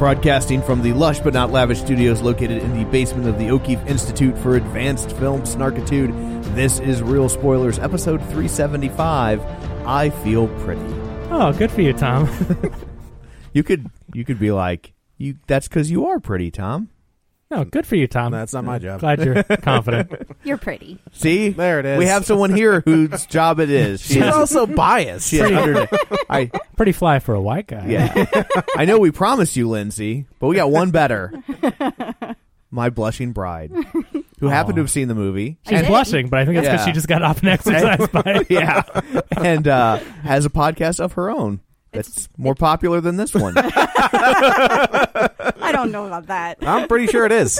Broadcasting from the lush but not lavish studios located in the basement of the O'Keefe Institute for Advanced Film Snarkitude, this is Real Spoilers, episode 375. I feel pretty. Oh, good for you, Tom. You could you could be like, you that's because you are pretty, Tom. no, Oh, good for you, Tom. That's not my job. Glad you're confident. You're pretty. See? There it is. We have someone here whose job it is. She's You're also biased. she is under I Pretty fly for a white guy. yeah. I know we promised you, Lindsay, but we got one better. My blushing bride. Who happened to have seen the movie. She's did. blushing, but I think that's because Yeah. she just got off an exercise bike. yeah, and uh, has a podcast of her own that's more popular than this one. I don't know about that. I'm pretty sure it is.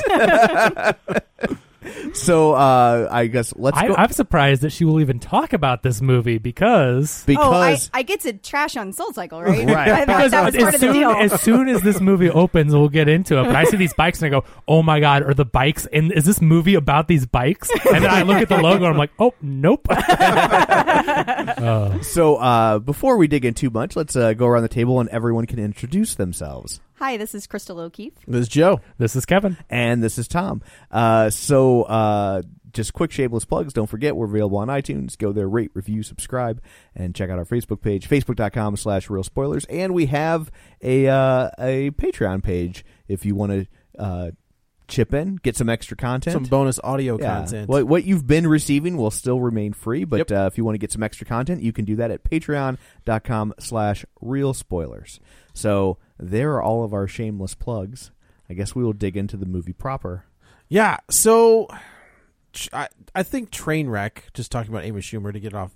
so uh, I guess let's I, go I'm surprised that she will even talk about this movie because. oh, I, because I get to trash on Soul Cycle, right? Right. I thought Because that was part as, of the soon, deal. as soon as this movie opens, we'll get into it. But I see these bikes and I go, "Oh my god, are the bikes? And is this movie about these bikes?" And then I look at the logo and I'm like, "Oh, nope." so uh, before we dig in too much, let's uh, go around the table and everyone can introduce themselves. Hi, this is Crystal O'Keefe. This is Joe. this is Kevin. And this is Tom. Uh, so uh, just quick shameless plugs. Don't forget we're available on iTunes. Go there, rate, review, subscribe, and check out our Facebook page, facebook.com/slash Real Spoilers. And we have a uh, a Patreon page if you want to. Uh, chip in, get some extra content. Some bonus audio Yeah. content. What, what you've been receiving will still remain free, but Yep. uh, if you want to get some extra content, you can do that at patreon.com slash real spoilers. So there are all of our shameless plugs. I guess we will dig into the movie proper. Yeah. So, tr- I, I think Trainwreck, just talking about Amy Schumer to get it off,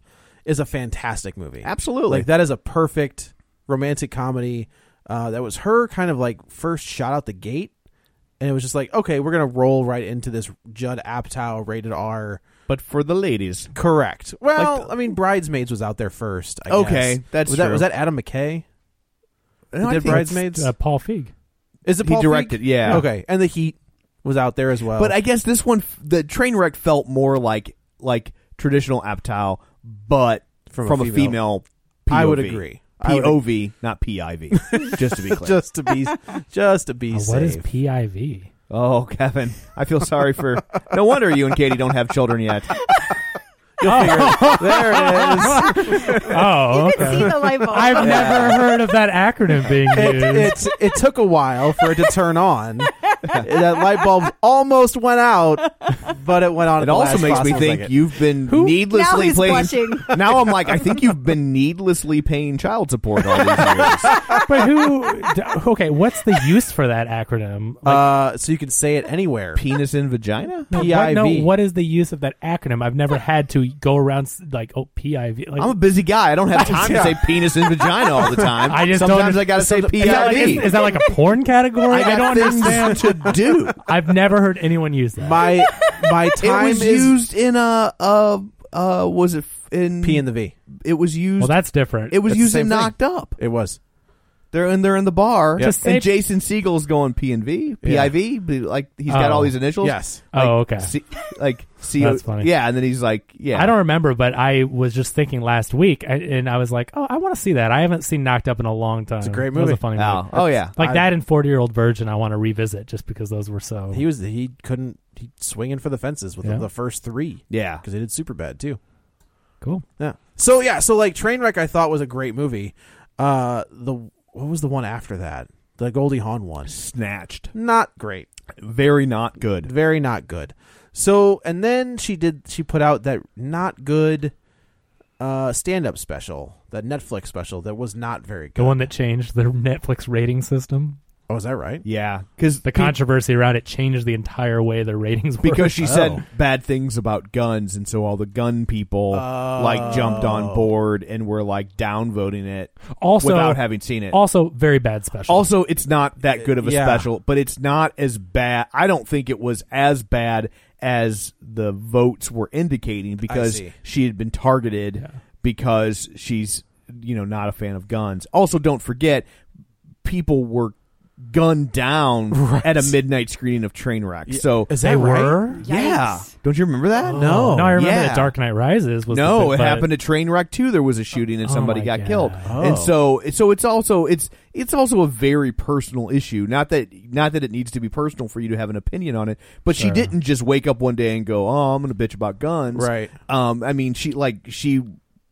is a fantastic movie. Absolutely. Like that is a perfect romantic comedy. Uh, that was her kind of like first shot out the gate, and it was just like, okay, we're gonna roll right into this Judd Apatow rated R. But for the ladies, Correct. Well, Like the- I mean, Bridesmaids was out there first. I Okay, guess. that's was that true. was that Adam McKay? No, I did think- Bridesmaids? Uh, Paul Feig. Is it He Paul directed, Feig? yeah. Okay, and the Heat was out there as well. But I guess this one, f- the train wreck felt more like like traditional Aptow, but from, From a a female. female. I would POV. agree. I would- POV, not PIV. just to be clear. just to be just to be Uh, safe. what is PIV? Oh, Kevin, I feel sorry for. No wonder you and Katie don't have children yet. You'll figure it. There it is. Oh, You could see the light bulb. I've never heard of that acronym being it, used. it, it took a while for it to turn on. that light bulb almost went out, but it went on. at It the also last makes me possible think second. you've been Now needlessly he's playing. blushing. Now I'm like, I think you've been needlessly paying child support all these years. but who? d- Okay, what's the use for that acronym? Like, Uh, so you can say it anywhere. Penis and vagina. no, PIV. What, no, what is the use of that acronym? I've never had to go around s- like oh PIV. Like, I'm a busy guy. I don't have time to Yeah. say penis and vagina all the time. I just sometimes don't- I gotta say is, that like, is, PID. is that like a porn category? I, got don't things understand. to do. I've never heard anyone use that. My my time it was is used in a uh uh was it f- in P and the V. it was used well, that's different. it was That's the used same in thing. knocked up. It was. They're in they're in the bar, Just say- and Jason Siegel's going P and V, Yeah. PIV, but, like he's got Oh. all these initials. Yes. Like, Oh, okay. C, like C. That's funny. Yeah, and then he's like, yeah, I don't remember, but I was just thinking last week, I, and I was like, "Oh, I want to see that." I haven't seen Knocked Up in a long time. It's a great It was a movie. funny Oh, movie. oh yeah, Like I- that and Forty Year Old Virgin, I want to revisit just because those were so. He was he couldn't he swinging for the fences with Yeah. the first three yeah. because they did super bad too. cool. Yeah. So yeah, so like Trainwreck, I thought was a great movie. Uh, the what was the one after that? The Goldie Hawn one. Snatched, Not great. very not good. Very not good. So and then she did she put out that not good uh stand up special, that Netflix special that was not very good. The one that changed the Netflix rating system. Oh, is that right? Yeah, because The controversy around it changed the entire way the ratings were. because she Oh. said bad things about guns, and so all the gun people like jumped Oh. on board and were like downvoting it also without having seen it. also very bad special. Also, it's not that good of a Yeah. special, but it's not as bad. I don't think it was as bad as the votes were indicating because see. she had been targeted because she's, you know, not a fan of guns. Also, don't forget, people were gunned down at a midnight screening of Trainwreck. So, Is that they right? were. yeah. Yikes. Don't you remember that? No. No, I remember Yeah. that Dark Knight Rises was. No, the, it but- happened at Trainwreck too. There was a shooting and Oh somebody my got God. killed, Oh. and so so it's also it's it's also a very personal issue. Not that not that it needs to be personal for you to have an opinion on it, but she Sure. didn't just wake up one day and go, "Oh, I'm going to bitch about guns." Right. Um. I mean, she like she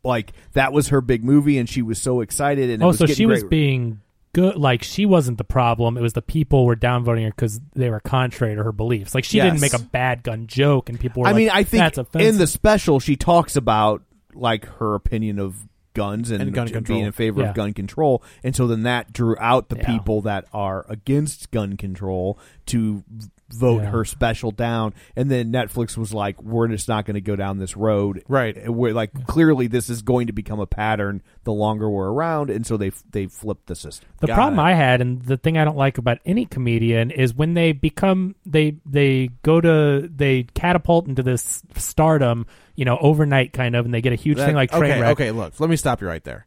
like that was her big movie, and she was so excited. And it oh, was so getting she was great- being good. Like she wasn't the problem. It was the people were downvoting her because they were contrary to her beliefs. Like she didn't Yes. make a bad gun joke, and people were. I like, mean, I think that's offensive. in the special she talks about like her opinion of guns and, And gun control. being in favor Yeah. of gun control, and so then that drew out the Yeah. people that are against gun control to v- vote Yeah. her special down, and then Netflix was like, "We're just not going to go down this road." Right. Uh, We're like clearly this is going to become a pattern the longer we're around, and so they f- they flipped the system. The Got problem it. I had, and the thing I don't like about any comedian, is when they become they they go to they catapult into this stardom, you know, overnight kind of, and they get a huge That- thing like train okay, wreck. okay. Look, let me stop you right there.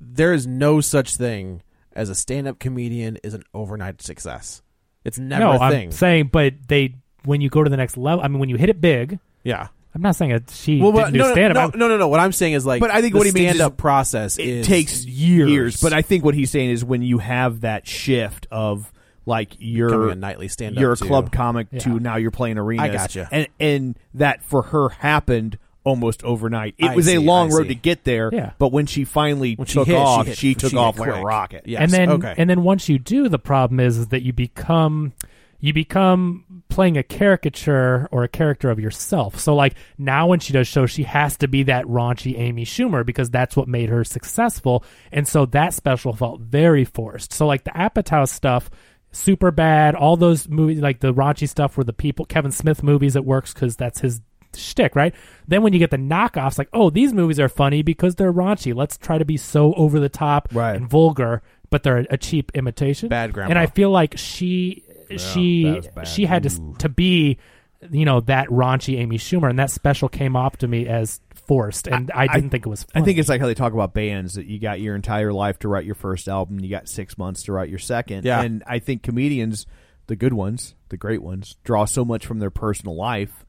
There is no such thing as a stand-up comedian is an overnight success. It's never no, a I'm thing. saying, but they when you go to the next level, I mean, when you hit it big, yeah. I'm not saying that she Well, didn't but, no, do no, stand up. no, no, no, no. What I'm saying is like, But I think the what he means is stand-up process it is- takes years. years. But I think what he's saying is when you have that shift of like Becoming you're a nightly stand-up you're a too. club comic Yeah. to now you're playing arenas. I gotcha. And and that for her happened almost overnight. It I was see, a long I road see. to get there. Yeah. But when she finally When she took hit, she off, she, hit- took she off hit like a quick. rocket. Yeah. and Yes, then okay. and then once you do the problem is, is that you become you become playing a caricature or a character of yourself so like now when she does shows she has to be that raunchy amy schumer because that's what made her successful and so that special felt very forced so like the apatow stuff super bad all those movies like the raunchy stuff where the people kevin smith movies it works because that's his shtick, right? Then when you get the knockoffs, like, oh, these movies are funny because they're raunchy. Let's try to be so over the top Right. and vulgar, but they're a cheap imitation. Bad grandma. And I feel like she, she, she had to to be, you know, that raunchy Amy Schumer, and that special came off to me as forced, and I, didn't think it was. Funny. I think it's like how they talk about bands that you got your entire life to write your first album, you got six months to write your second. Yeah. And I think comedians, the good ones, the great ones, draw so much from their personal life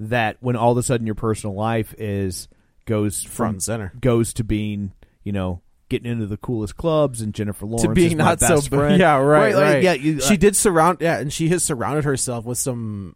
that when all of a sudden your personal life is goes from- Front and center. goes to being, you know, getting into the coolest clubs and Jennifer Lawrence to being is my not so best friend. yeah right right, like, yeah, you, uh, she did surround yeah and she has surrounded herself with some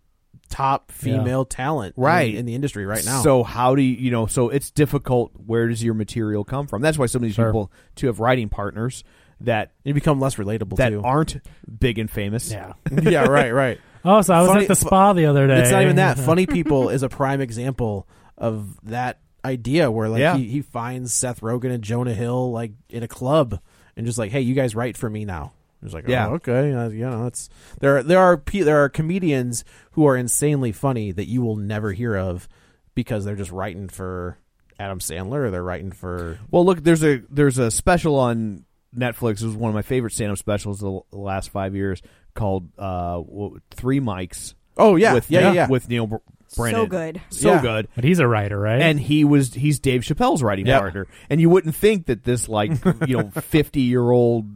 top female talent in- Right. in, the industry right now So how do you, you know? So it's difficult. Where does your material come from? That's why so many Sure. people to have writing partners that you become less relatable that too aren't big and famous. yeah. yeah right right Oh, so I was Funny- at the spa the other day. it's not even that funny people is a prime example of that idea where like Yeah. he, he finds Seth Rogen and Jonah Hill like in a club and just like hey you guys write for me now He's like, Yeah. oh, okay, uh, you know, it's there. There are pe- there are comedians who are insanely funny that you will never hear of because they're just writing for Adam Sandler or they're writing for Well, look, there's a there's a special on Netflix. It was one of my favorite stand up specials the l- the last five years called uh, w- Three Mics. oh yeah with yeah, Neil, yeah yeah with Neil Br- Brennan. So good. so Yeah. good. but he's a writer, right? And he was he's Dave Chappelle's writing Yeah. partner, and you wouldn't think that this like you know fifty year old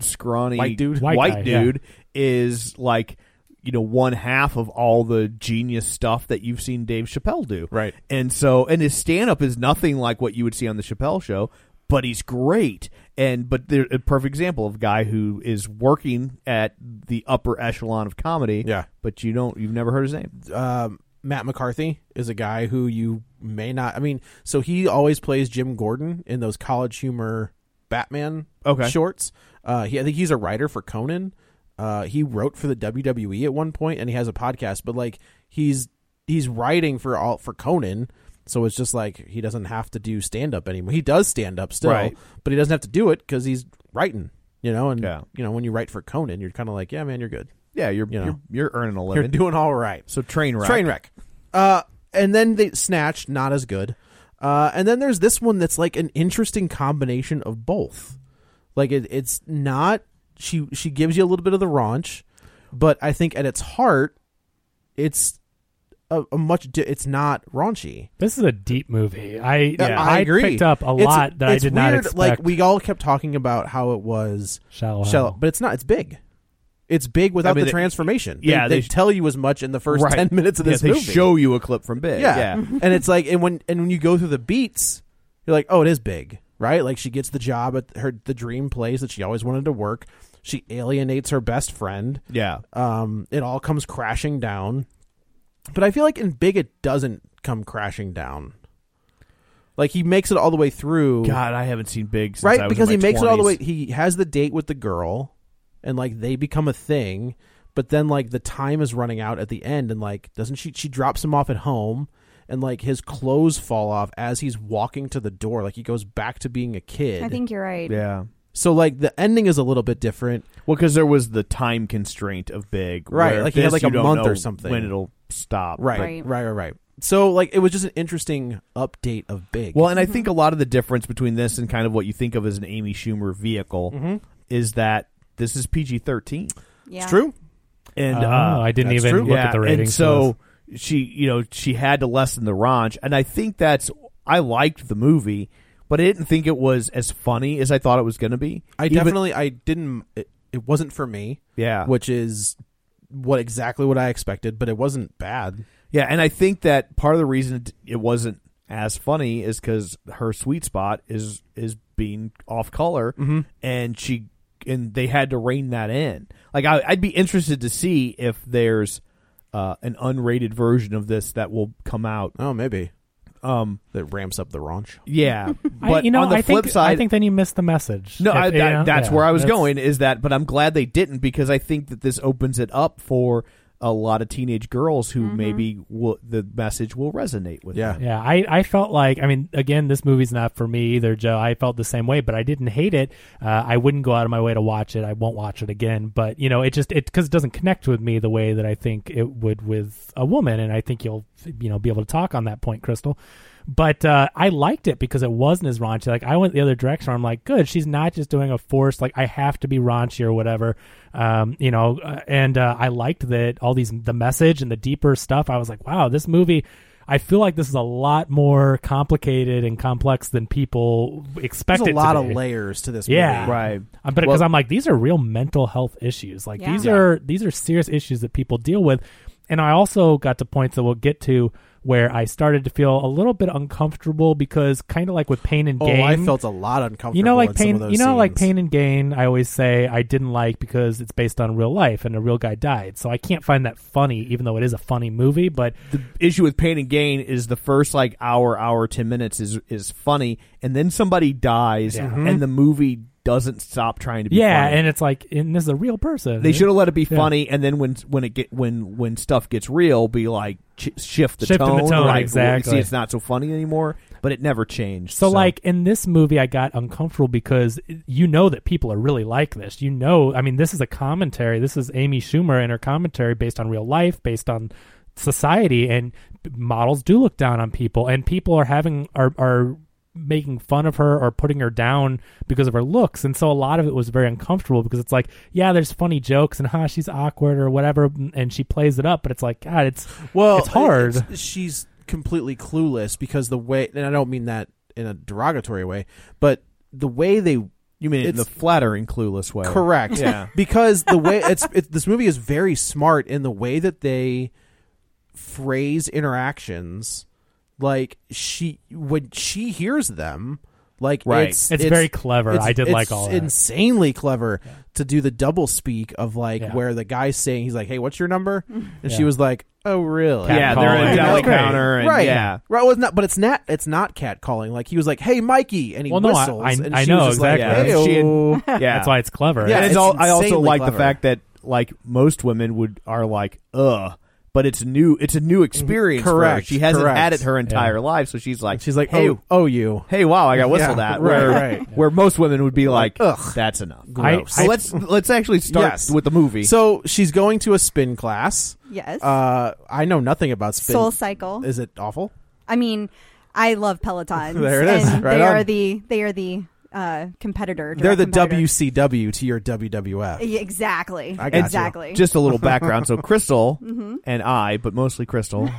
scrawny White dude? White white, guy, yeah. dude is like you know one half of all the genius stuff that you've seen Dave Chappelle do, Right. And so and his stand up is nothing like what you would see on the Chappelle show, but he's great. And but they're a perfect example of a guy who is working at the upper echelon of comedy, Yeah. But you don't you've never heard his name. um, Matt McCarthy is a guy who you may not. I mean, so he always plays Jim Gordon in those college humor Batman Okay. shorts. Uh, he, I think he's a writer for Conan. Uh, he wrote for the WWE at one point, and he has a podcast. But like, he's he's writing for all for Conan, so it's just like he doesn't have to do stand up anymore. He does stand up still, Right. but he doesn't have to do it because he's writing. You know, and Yeah. you know when you write for Conan, you're kind of like, yeah, man, you're good. Yeah, you're You know. you're, you're earning a You're living. doing all right. so train wreck. Train wreck. Uh, and then they snatched, not as good. Uh, and then there's this one that's like an interesting combination of both. Like it, it's not she she gives you a little bit of the raunch, but I think at its heart, it's a, a much di- it's not raunchy. This is a deep movie. I yeah, I agree. picked up a It's- lot that I it's did not weird, expect. Like we all kept talking about how it was shallow, shallow, Hell. but it's not. It's big. It's big without I mean, the they- transformation. yeah, they, they they tell you as much in the first Right. ten minutes of Yeah, this they movie. show you a clip from Big. Yeah. and it's like and when and when you go through the beats, you're like, "Oh, it is big." Right? Like she gets the job at her the dream place that she always wanted to work. She alienates her best friend. yeah. Um it all comes crashing down. But I feel like in Big it doesn't come crashing down. Like he makes it all the way through. God, I haven't seen Big since I right? was Because he in my makes it all the way 20s. he has the date with the girl and like they become a thing, but then like the time is running out at the end and like doesn't she she drops him off at home and like his clothes fall off as he's walking to the door like he goes back to being a kid. I think you're right. Yeah. so like the ending is a little bit different. Well, because there was the time constraint of Big, Right, where like he had, this like, you a don't month or know something. when it'll stop. Right. Right, Right. right, right. So like it was just an interesting update of Big. Well, and I think a Mm-hmm. lot of the difference between this and kind of what you think of as an Amy Schumer vehicle Mm-hmm. is that this is PG thirteen, Yeah. it's true. and Oh, uh, I didn't that's even true. look yeah, at the ratings And for so she, you know, she had to lessen the raunch, and I think that's I liked the movie, but I didn't think it was as funny as I thought it was going to be. I Even- definitely I didn't it, it wasn't for me. yeah, Which is what exactly what I expected, but it wasn't bad. Yeah, and I think that part of the reason it- it wasn't as funny is because her sweet spot is is being off color, Mm-hmm. and she and they had to rein that in. Like I, I'd be interested to see if there's uh, an unrated version of this that will come out. Oh, maybe. Um, that ramps up the raunch. yeah, I- but you know, on the I flip think, side, I think then you missed the message. no, If- I, you that- know, that's yeah, where I was that's- going. Is that? But I'm glad they didn't because I think that this opens it up for a lot of teenage girls who maybe will, the message will resonate with. Yeah. them. Mm-hmm. Yeah, I, I felt like I mean again this movie's not for me either, Joe. I felt the same way, but I didn't hate it. Uh, I wouldn't go out of my way to watch it. I won't watch it again. But you know, it just it because it doesn't connect with me the way that I think it would with a woman, and I think you'll you know be able to talk on that point, Crystal. But uh, I liked it because it wasn't as raunchy. Like I went the other direction. Where I'm like, good. She's not just doing a forced like I have to be raunchy or whatever. Um, you know, uh, and uh, I liked that all these the message and the deeper stuff. I was like, wow, this movie. I feel like this is a lot more complicated and complex than people expect. There's a it lot to of be. layers to this Yeah. movie. Right. Um, but because I'm like, these are real mental health issues. Like Yeah. these Yeah. are these are serious issues that people deal with. And I also got to points that we'll get to where I started to feel a little bit uncomfortable because kind of like with pain and Oh, gain. I felt a lot uncomfortable. you know, in like some pain. of those You know, like scenes. pain and gain. I always say I didn't like because it's based on real life and a real guy died. So I can't find that funny, even though it is a funny movie. But the issue with pain and gain is the first like hour hour 10 minutes is is funny and then somebody dies Yeah. and the movie doesn't stop trying to be yeah, funny. and it's like, and this is a real person. they should have let it be Yeah. funny and then when when it get when when stuff gets real be like ch- shift the Shift in tone, the tone, like, exactly. see it's not so funny anymore but it never changed So, like in this movie, I got uncomfortable because you know that people are really like this. You know, I mean, this is a commentary. This is Amy Schumer and her commentary based on real life, based on society, and models do look down on people, and people are having are are making fun of her or putting her down because of her looks and so a lot of it was very uncomfortable because it's like yeah there's funny jokes and ha she's awkward or whatever and she plays it up but it's like god it's Well, it's hard it's- she's completely clueless because the way, and I don't mean that in a derogatory way, but the way they you mean it in the it's- flattering clueless way correct, Yeah. because the way it's, it's this movie is very smart in the way that they phrase interactions. Like she when she hears them, like Right. it's, It's very clever. I did like all that. insanely clever to do the double speak of like Yeah. where the guy's saying he's like, "Hey, what's your number?" and she Yeah. was like, "Oh, really?" yeah they're at Catcalling. a That's deli great. counter and right. yeah Right. Well, it's not, but it's not. It's not cat calling. Like he was like, "Hey, Mikey," and he Well, no, I- whistles. I- and I she know, was just like, exactly. "Hey-o." She had- yeah that's why it's clever Yeah, and it's, it's all. I also insanely like the clever. fact that like most women would are like, ugh, but it's new. It's a new experience. for her. Mm-hmm. Correct, She hasn't correct. had it her entire life, so she's like, She's like, hey, oh, oh, you. hey, wow, I got whistled Yeah, at. right, where, right. where most women would be like, ugh, that's enough. I- So I- let's let's actually start Yes. with the movie. So she's going to a spin class. Yes. Uh, I know nothing about spin. Soul Cycle. Is it awful? I mean, I love Pelotons. There it is. And Right they on. are the they are the uh, competitor. direct They're the competitor. WCW to your WWF. Yeah, Exactly. I got you. exactly. Mm-hmm. Just a little background. So Crystal and I, but mostly Crystal,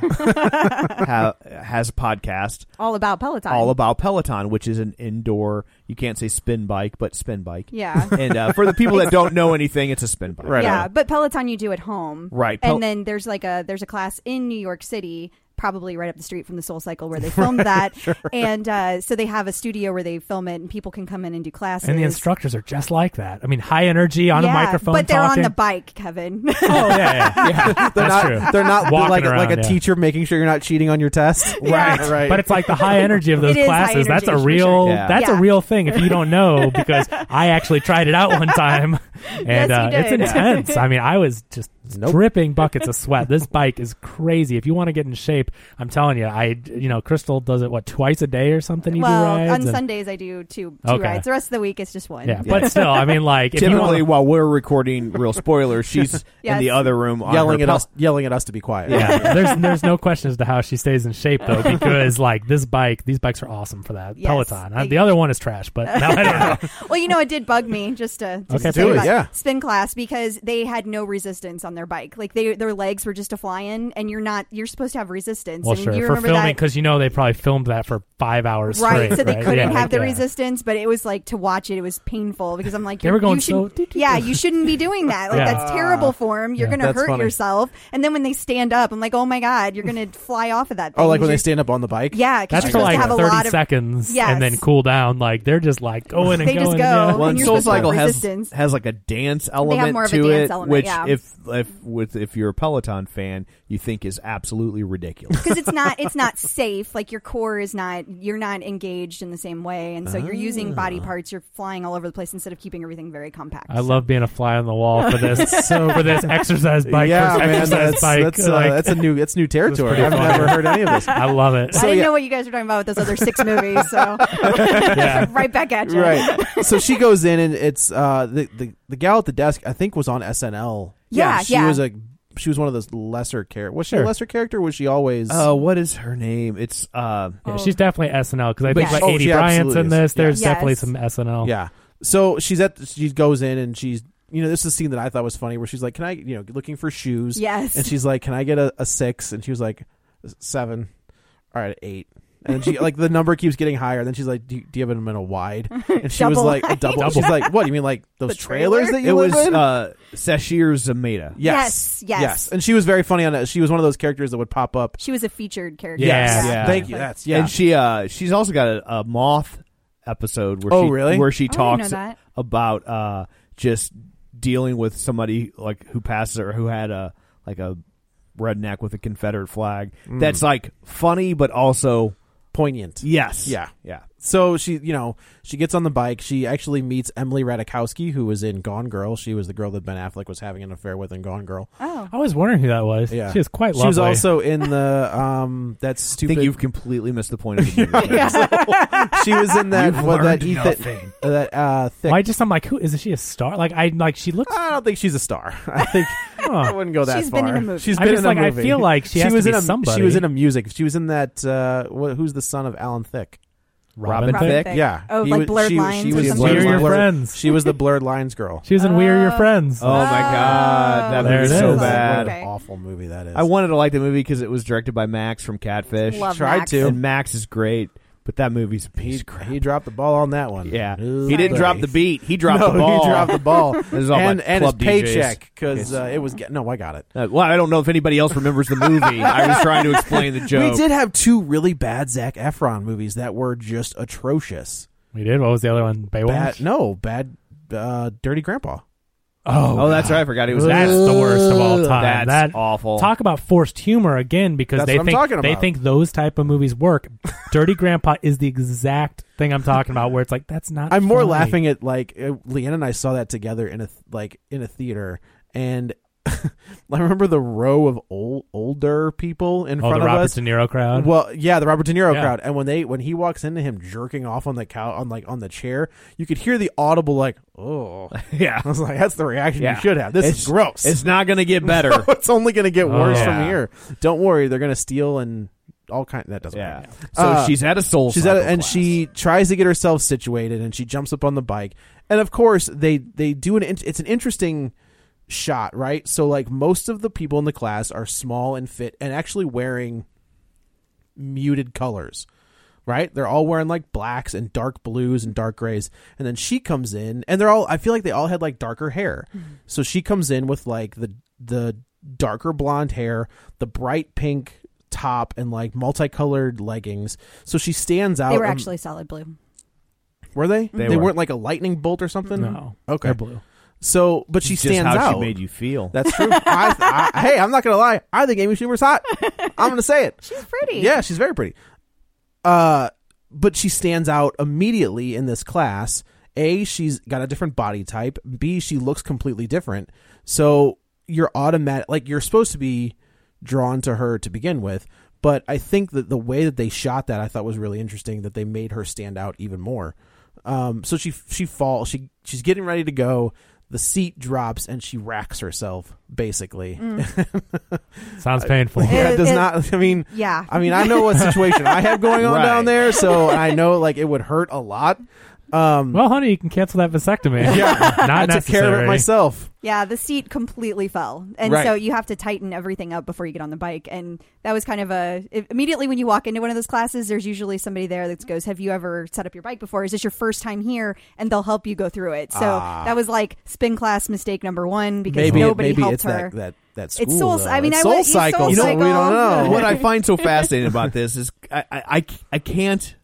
ha- has a podcast all about Peloton. all about Peloton, which is an indoor. You can't say spin bike, but spin bike. Yeah. And uh, for the people that don't know anything, it's a spin bike. Right yeah, on. but Peloton you do at home. Right. Pel- and then there's like a there's a class in New York City, probably right up the street from the Soul Cycle where they filmed that. And uh, so they have a studio where they film it, and people can come in and do classes. And the instructors are just like that. I mean, high energy on yeah, a microphone, but they're talking. on the bike, Kevin. oh yeah, yeah, yeah. that's They're not, true. They're not Walking like, like around, a yeah. teacher making sure you're not cheating on your test. right, right. But it's like the high energy of those It is high classes. That's a energy, for real. sure. Yeah. That's Yeah. a real thing. If you don't know, because I actually tried it out one time, and Yes, you uh, it's did. intense. I mean, I was just Nope. dripping buckets of sweat. This bike is crazy. If you want to get in shape, I'm telling you, I you know, Crystal does it what twice a day or something. You well, do rides on and- Sundays I do two two Okay. rides. The rest of the week it's just one. Yeah, but still, I mean, like if you Typically, wanna- while we're recording real spoilers, she's in the Yes. other room on yelling her at Pel- us, yelling at us to be quiet. yeah, there's there's no question as to how she stays in shape though, because like this bike, these bikes are awesome for that Yes. Peloton. I, the other one is trash, but now I don't know. Well, you know, it did bug me just to just Okay. to say Do it, about yeah. spin class because they had no resistance on their bike. Like they their legs were just a flying, and you're not you're supposed to have resistance. Well, and sure you for remember filming that. because you know they probably filmed that for five hours Right, straight, so they right? couldn't Yeah, have the yeah. resistance, but it was like to watch it, it was painful because I'm like, They were you- going you should, so- yeah, you shouldn't be doing that. Like Yeah. that's terrible form. You're Yeah. gonna That's hurt funny. yourself. And then when they stand up, I'm like, oh my god, you're gonna fly off of that. Thing Oh, like when they You're- stand up on the bike. yeah, That's 'cause for you're supposed like to have a lot thirty of seconds Yes. and then cool down. Like they're just like going and They going. just and go. going. Well, and you're Soul supposed to have Cycle has resistance. has like a dance element more of a to it, dance element, which yeah. if if with if you're a Peloton fan, you think is absolutely ridiculous. because it's not it's not safe. Like your core is not you're not engaged in the same way, and so you're using body Ah. parts. You're flying all over the place instead of keeping everything very compact. I love being a fly on the wall for this for this exercise bike. yeah, for this man, exercise that's bike. that's, uh, like, that's a new that's new territory. pretty I've funny. never heard any of this. I love it. I didn't yeah. know what you guys were talking about with those other six movies, so right back at you. right. So she goes in and it's uh the, the the gal at the desk I think was on SNL. Yeah, she yeah. was a she was one of those lesser character. Was she Sure. a lesser character? or Was she always? Uh, what is her name? It's uh, Yeah, she's definitely SNL because I But think like she- oh, Adi she Bryant's absolutely in is. this. There's Yes. definitely some SNL. Yeah. So she's at she goes in and she's you know this is a scene that I thought was funny where she's like, can I you know looking for shoes? Yes. And she's like, can I get a, a six? And she was like, seven. All right, eight. And then she like the number keeps getting higher. Then she's like, do you, do you have them in a wide? And she was Double like a wide. double. She's like, what? You mean like those The trailers trailer? that you it was live in? uh, Sashir Zameda. Yes. Yes, yes. And she was very funny on it. She was one of those characters that would pop up. She was a featured character. Yes. Yeah. Thank you. That's yeah. And she uh she's also got a, a moth episode where Oh, she really? where she didn't know talks that. about uh just dealing with somebody like who passes her who had a like a redneck with a Confederate flag. Mm. That's like funny but also Poignant. yes. Yeah. Yeah. So she, you know, she gets on the bike. She actually meets Emily Ratajkowski, who was in Gone Girl. She was the girl that Ben Affleck was having an affair with in Gone Girl. Oh, I was wondering who that was. Yeah, She was quite lovely. She was also in the um that I stupid. think you've completely missed the point of the movie. she was in that You've what, that learned Ethan- nothing. that uh thick. Why just I'm like, who is she a star? Like I like she looks I don't think she's a star. I think I wouldn't go that She's far. been in a movie. She's I been just, in a like, I movie. feel like she has to was be in a, somebody. She was in a music. She was in that. Uh, wh- who's the son of Alan Thicke? Robin, Robin Thicke. Thicke. Yeah. Oh, He like was- Blurred she- Lines she or was something? Blurred We're Your Lines- Blurred- Friends. She was the Blurred Lines girl. She was in We Are Uh, Your Friends. Oh my god, that There movie's it so is. bad. What Okay. an awful movie that is. I wanted to like the movie because it was directed by Max from Catfish. Love tried Max. to. And Max is great, but that movie's a he, piece of crap. he dropped the ball on that one. Yeah, Ooh, he didn't buddy. drop the beat. He dropped No, the ball. He dropped the ball. This is all and my and club his paycheck DJs. because uh, it was. get- No, I got it. Uh, well, I don't know if anybody else remembers the movie. I was trying to explain the joke. We did have two really bad Zach Efron movies that were just atrocious. We did. What was the other one? Baywatch. Bad, no, bad, uh, Dirty Grandpa. Oh, that's right. I forgot he was. That's the worst of all time. That's that awful. Talk about forced humor again because That's they what I'm think talking they about. think those type of movies work. Dirty Grandpa is the exact thing I'm talking about where it's like that's not I'm more funny. laughing at like uh, Leanne and I saw that together in a th- like in a theater, and I remember the row of old older people in Oh, front the of Robert us. De Niro crowd. Well, yeah, the Robert De Niro Yeah. crowd, and when they when he walks into him jerking off on the cow on like on the chair, you could hear the audible like, oh, Yeah. I was like, that's the reaction Yeah. you should have. This it's is gross. It's not going to get better. it's only going to get worse Oh. from Yeah. here. Don't worry, they're going to steal and all kind. That doesn't. yeah. matter. So Uh, she's at a soul. she's at cycle it and class. she tries to get herself situated and she jumps up on the bike and of course they they do an in- it's an interesting shot right so like most of the people in the class are small and fit and actually wearing muted colors right they're all wearing like blacks and dark blues and dark grays and then she comes in and they're all i feel like they all had like darker hair Mm-hmm. so she comes in with like the the darker blonde hair the bright pink top and like multicolored leggings so she stands out They were um, actually solid blue. were they? They They, were. were. not like a lightning bolt or something. no, Okay. they're blue. So, but she Just stands how out. she made you feel. That's true. I, I, hey, I'm not gonna lie. I think Amy Schumer's hot. I'm gonna say it. She's pretty. Yeah, she's very pretty. Uh, but she stands out immediately in this class. A, she's got a different body type. B, she looks completely different. So you're automatic. Like you're supposed to be drawn to her to begin with. But I think that the way that they shot that I thought was really interesting. That they made her stand out even more. Um, so she she falls. She she's getting ready to go. The seat drops and she racks herself basically. Sounds painful. That It- does Mm. it- not. I mean, Yeah. I mean, I know what situation I have going on Right. down there, so I know like it would hurt a lot. Um, well, honey, you can cancel that vasectomy. Yeah, not I took necessary. care of it myself. Yeah, the seat completely fell. And Right. so you have to tighten everything up before you get on the bike. And that was kind of a. i- Immediately when you walk into one of those classes, there's usually somebody there that goes, Have you ever set up your bike before? Is this your first time here? And they'll help you go through it. So Ah. that was like spin class mistake number one because Maybe nobody maybe helped it's her. that that that school. It's soul- though. I mean, It's I soul would- it's soul cycle. You know, we don't cycle. know. what I find so fascinating about this is I, I, I c- I can't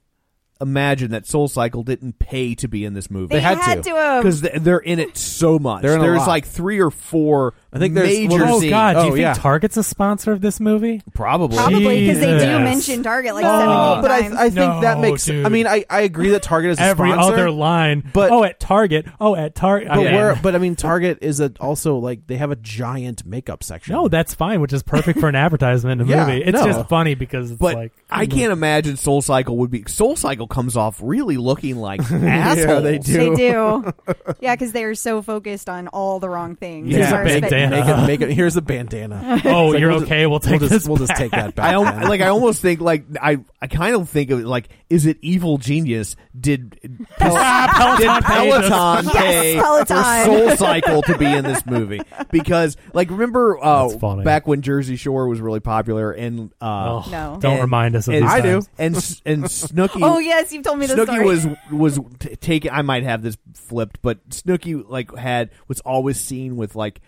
imagine that Soul Cycle didn't pay to be in this movie. they had had, to. to. um, because they're in it so much. They're in a there's lot. like three or four. I think there's- major well, Oh scenes. God, do you Oh, think yeah. Target's a sponsor of this movie? probably. Probably because they do Jesus. mention Target like Oh, seventy but times. I, I think that No, makes. I dude. mean, I, I agree that Target is a Every sponsor, other line, but- oh, at Target, oh, at Target. but I mean, we're but I mean, Target is a, also like they have a giant makeup section. no, that's fine, which is perfect for an advertisement in a Yeah, movie. It's no. just funny because it's But like mm-hmm. I can't imagine Soul Cycle would be. Soul Cycle comes off really looking like assholes. they do. They do. yeah, because they are so focused on all the wrong things. Here's as a far as fit- bandana. Make it, make it, here's a bandana. Oh, It's like, you're we'll just- okay. we'll take we'll this. just, we'll just back. take that back. I al- then. like. I almost think like I. I kind of think of it like: is it evil genius? Did Pel- Ah, did paid us. Peloton pay Peloton. for Soul Cycle to be in this movie? Because like, remember uh, That's funny. back when Jersey Shore was really popular and uh, Oh, No. Don't and- remind us of and- these I times. do. And S- and Snooki. Oh yes, you've told me this Snooki story. was was t- taken. I might have this flipped, but Snooki like had was always seen with like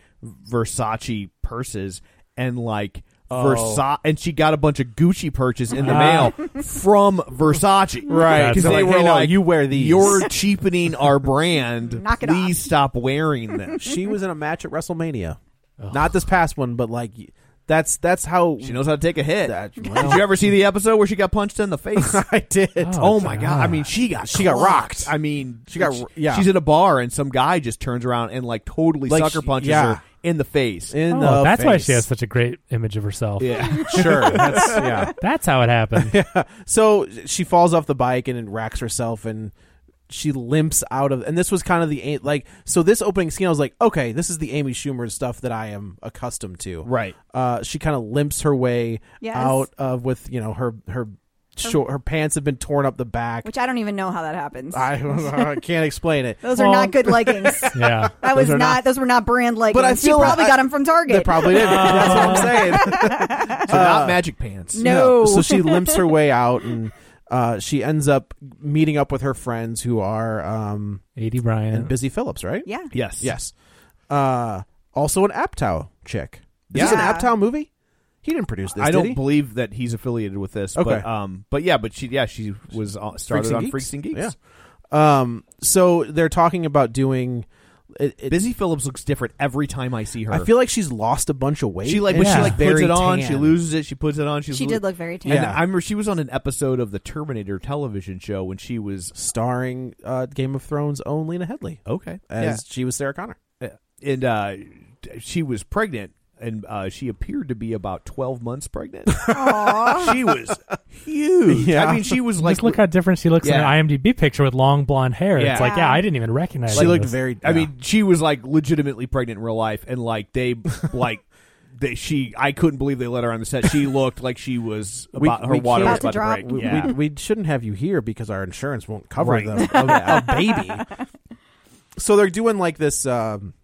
Versace purses and like Oh. Versace, and she got a bunch of Gucci purses in the Ah. mail from Versace, Right. Because That's they Uh-huh. like, were "Hey, no, like, you wear these." You're cheapening our brand. Knock it off." Please stop wearing them." she was in a match at WrestleMania. Not this past one, but like y- that's that's how She knows how to take a hit. That- Did you ever see the episode where she got punched in the face? I did. Oh, my god! I mean, she got She got clocked. rocked. I mean, she got- yeah. She's in a bar and some guy just turns around and like totally Like, sucker she- punches yeah. her in the face. In Oh, the that's why face. she has such a great image of herself. yeah, Sure. That's, yeah. That's how it happened. So she falls off the bike and then racks herself and she limps out of and this was kind of the a- like so this opening scene I was like okay this is the Amy Schumer stuff that I am accustomed to right. uh she kind of limps her way Yes. out of with you know her her short her pants have been torn up the back which I don't even know how that happens. I, I can't explain it those are Well- not good leggings. that yeah. was are not, not- Those were not brand leggings. But I feel she like probably I- got them from Target. They probably did. That's what I'm saying. Uh, So not magic pants. no. So she limps her way out, and uh, she ends up meeting up with her friends who are um, Ad Bryant. and Busy Phillips, right? yeah. Yes. Yes. Uh, also an Aptow chick. Is this an Yeah. Aptow movie? He didn't produce this. I did don't he? believe that he's affiliated with this. Okay. But, um. But yeah. But she. Yeah. She was uh, started and on Geeks? Freaks and Geeks. Yeah. Um. So they're talking about doing. It, it- Busy Phillips looks different every time I see her. I feel like she's lost a bunch of weight. she like and when she Yeah. she's like puts very it on, she tan. loses it. She puts it on. She's She did look very And tan. Yeah. I remember she was on an episode of the Terminator television show when she was Starring uh, Game of Thrones own Lena Headley okay as she was Sarah Connor. Yeah. and uh, she was pregnant, and uh, she appeared to be about twelve months pregnant. she was huge. I Yeah. mean, she was like Just look how different she looks Yeah. in an IMDb picture with long blonde hair. Yeah. It's like, yeah, Wow. I didn't even recognize. She her looked in this. very. I mean, she was like legitimately pregnant in real life, and like they like. They, she, I couldn't believe they let her on the set. She looked like she was We- about her we water was can't- about to About to break. drop. we, yeah. we, we shouldn't have you here because our insurance won't cover Right. the, a, a baby. So they're doing like this. Um,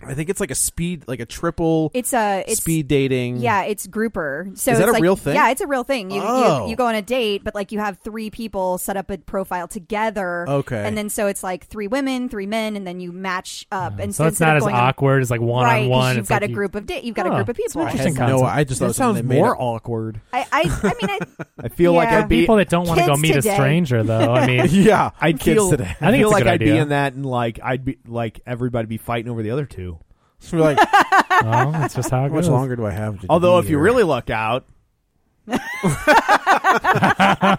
I think it's like a speed, like a triple It's a it's speed dating. Yeah, it's grouper. So Is that it's a like, real thing? Yeah, it's a real thing. You, Oh. you you go on a date, but like you have three people set up a profile together. Okay. and then so it's like three women, three men, and then you match up. and so, Mm. So it's instead not of as going on- awkward as like one right? 'cause on one. You've It's like got a you- group of da- you've got a Huh, group of it's people. I I, had interesting no, concept. I just thought that it was something sounds they made more up. awkward. I I mean I, I feel like Yeah. I'd be people that don't want to go Kids meet today. a stranger, though. I mean, Yeah, I'd kids feel, today. I I think feel it's a like good I'd be idea. in that, and like I'd be like everybody be fighting over the other two. So we're like, how well, that's just how it much goes. longer do I have? To Although be if you here? really luck out,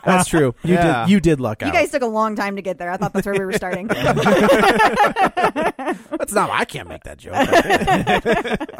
that's true. You Yeah. did. You did luck you out. guys took a long time to get there. I thought that's where we were starting. That's not. I can't make that joke.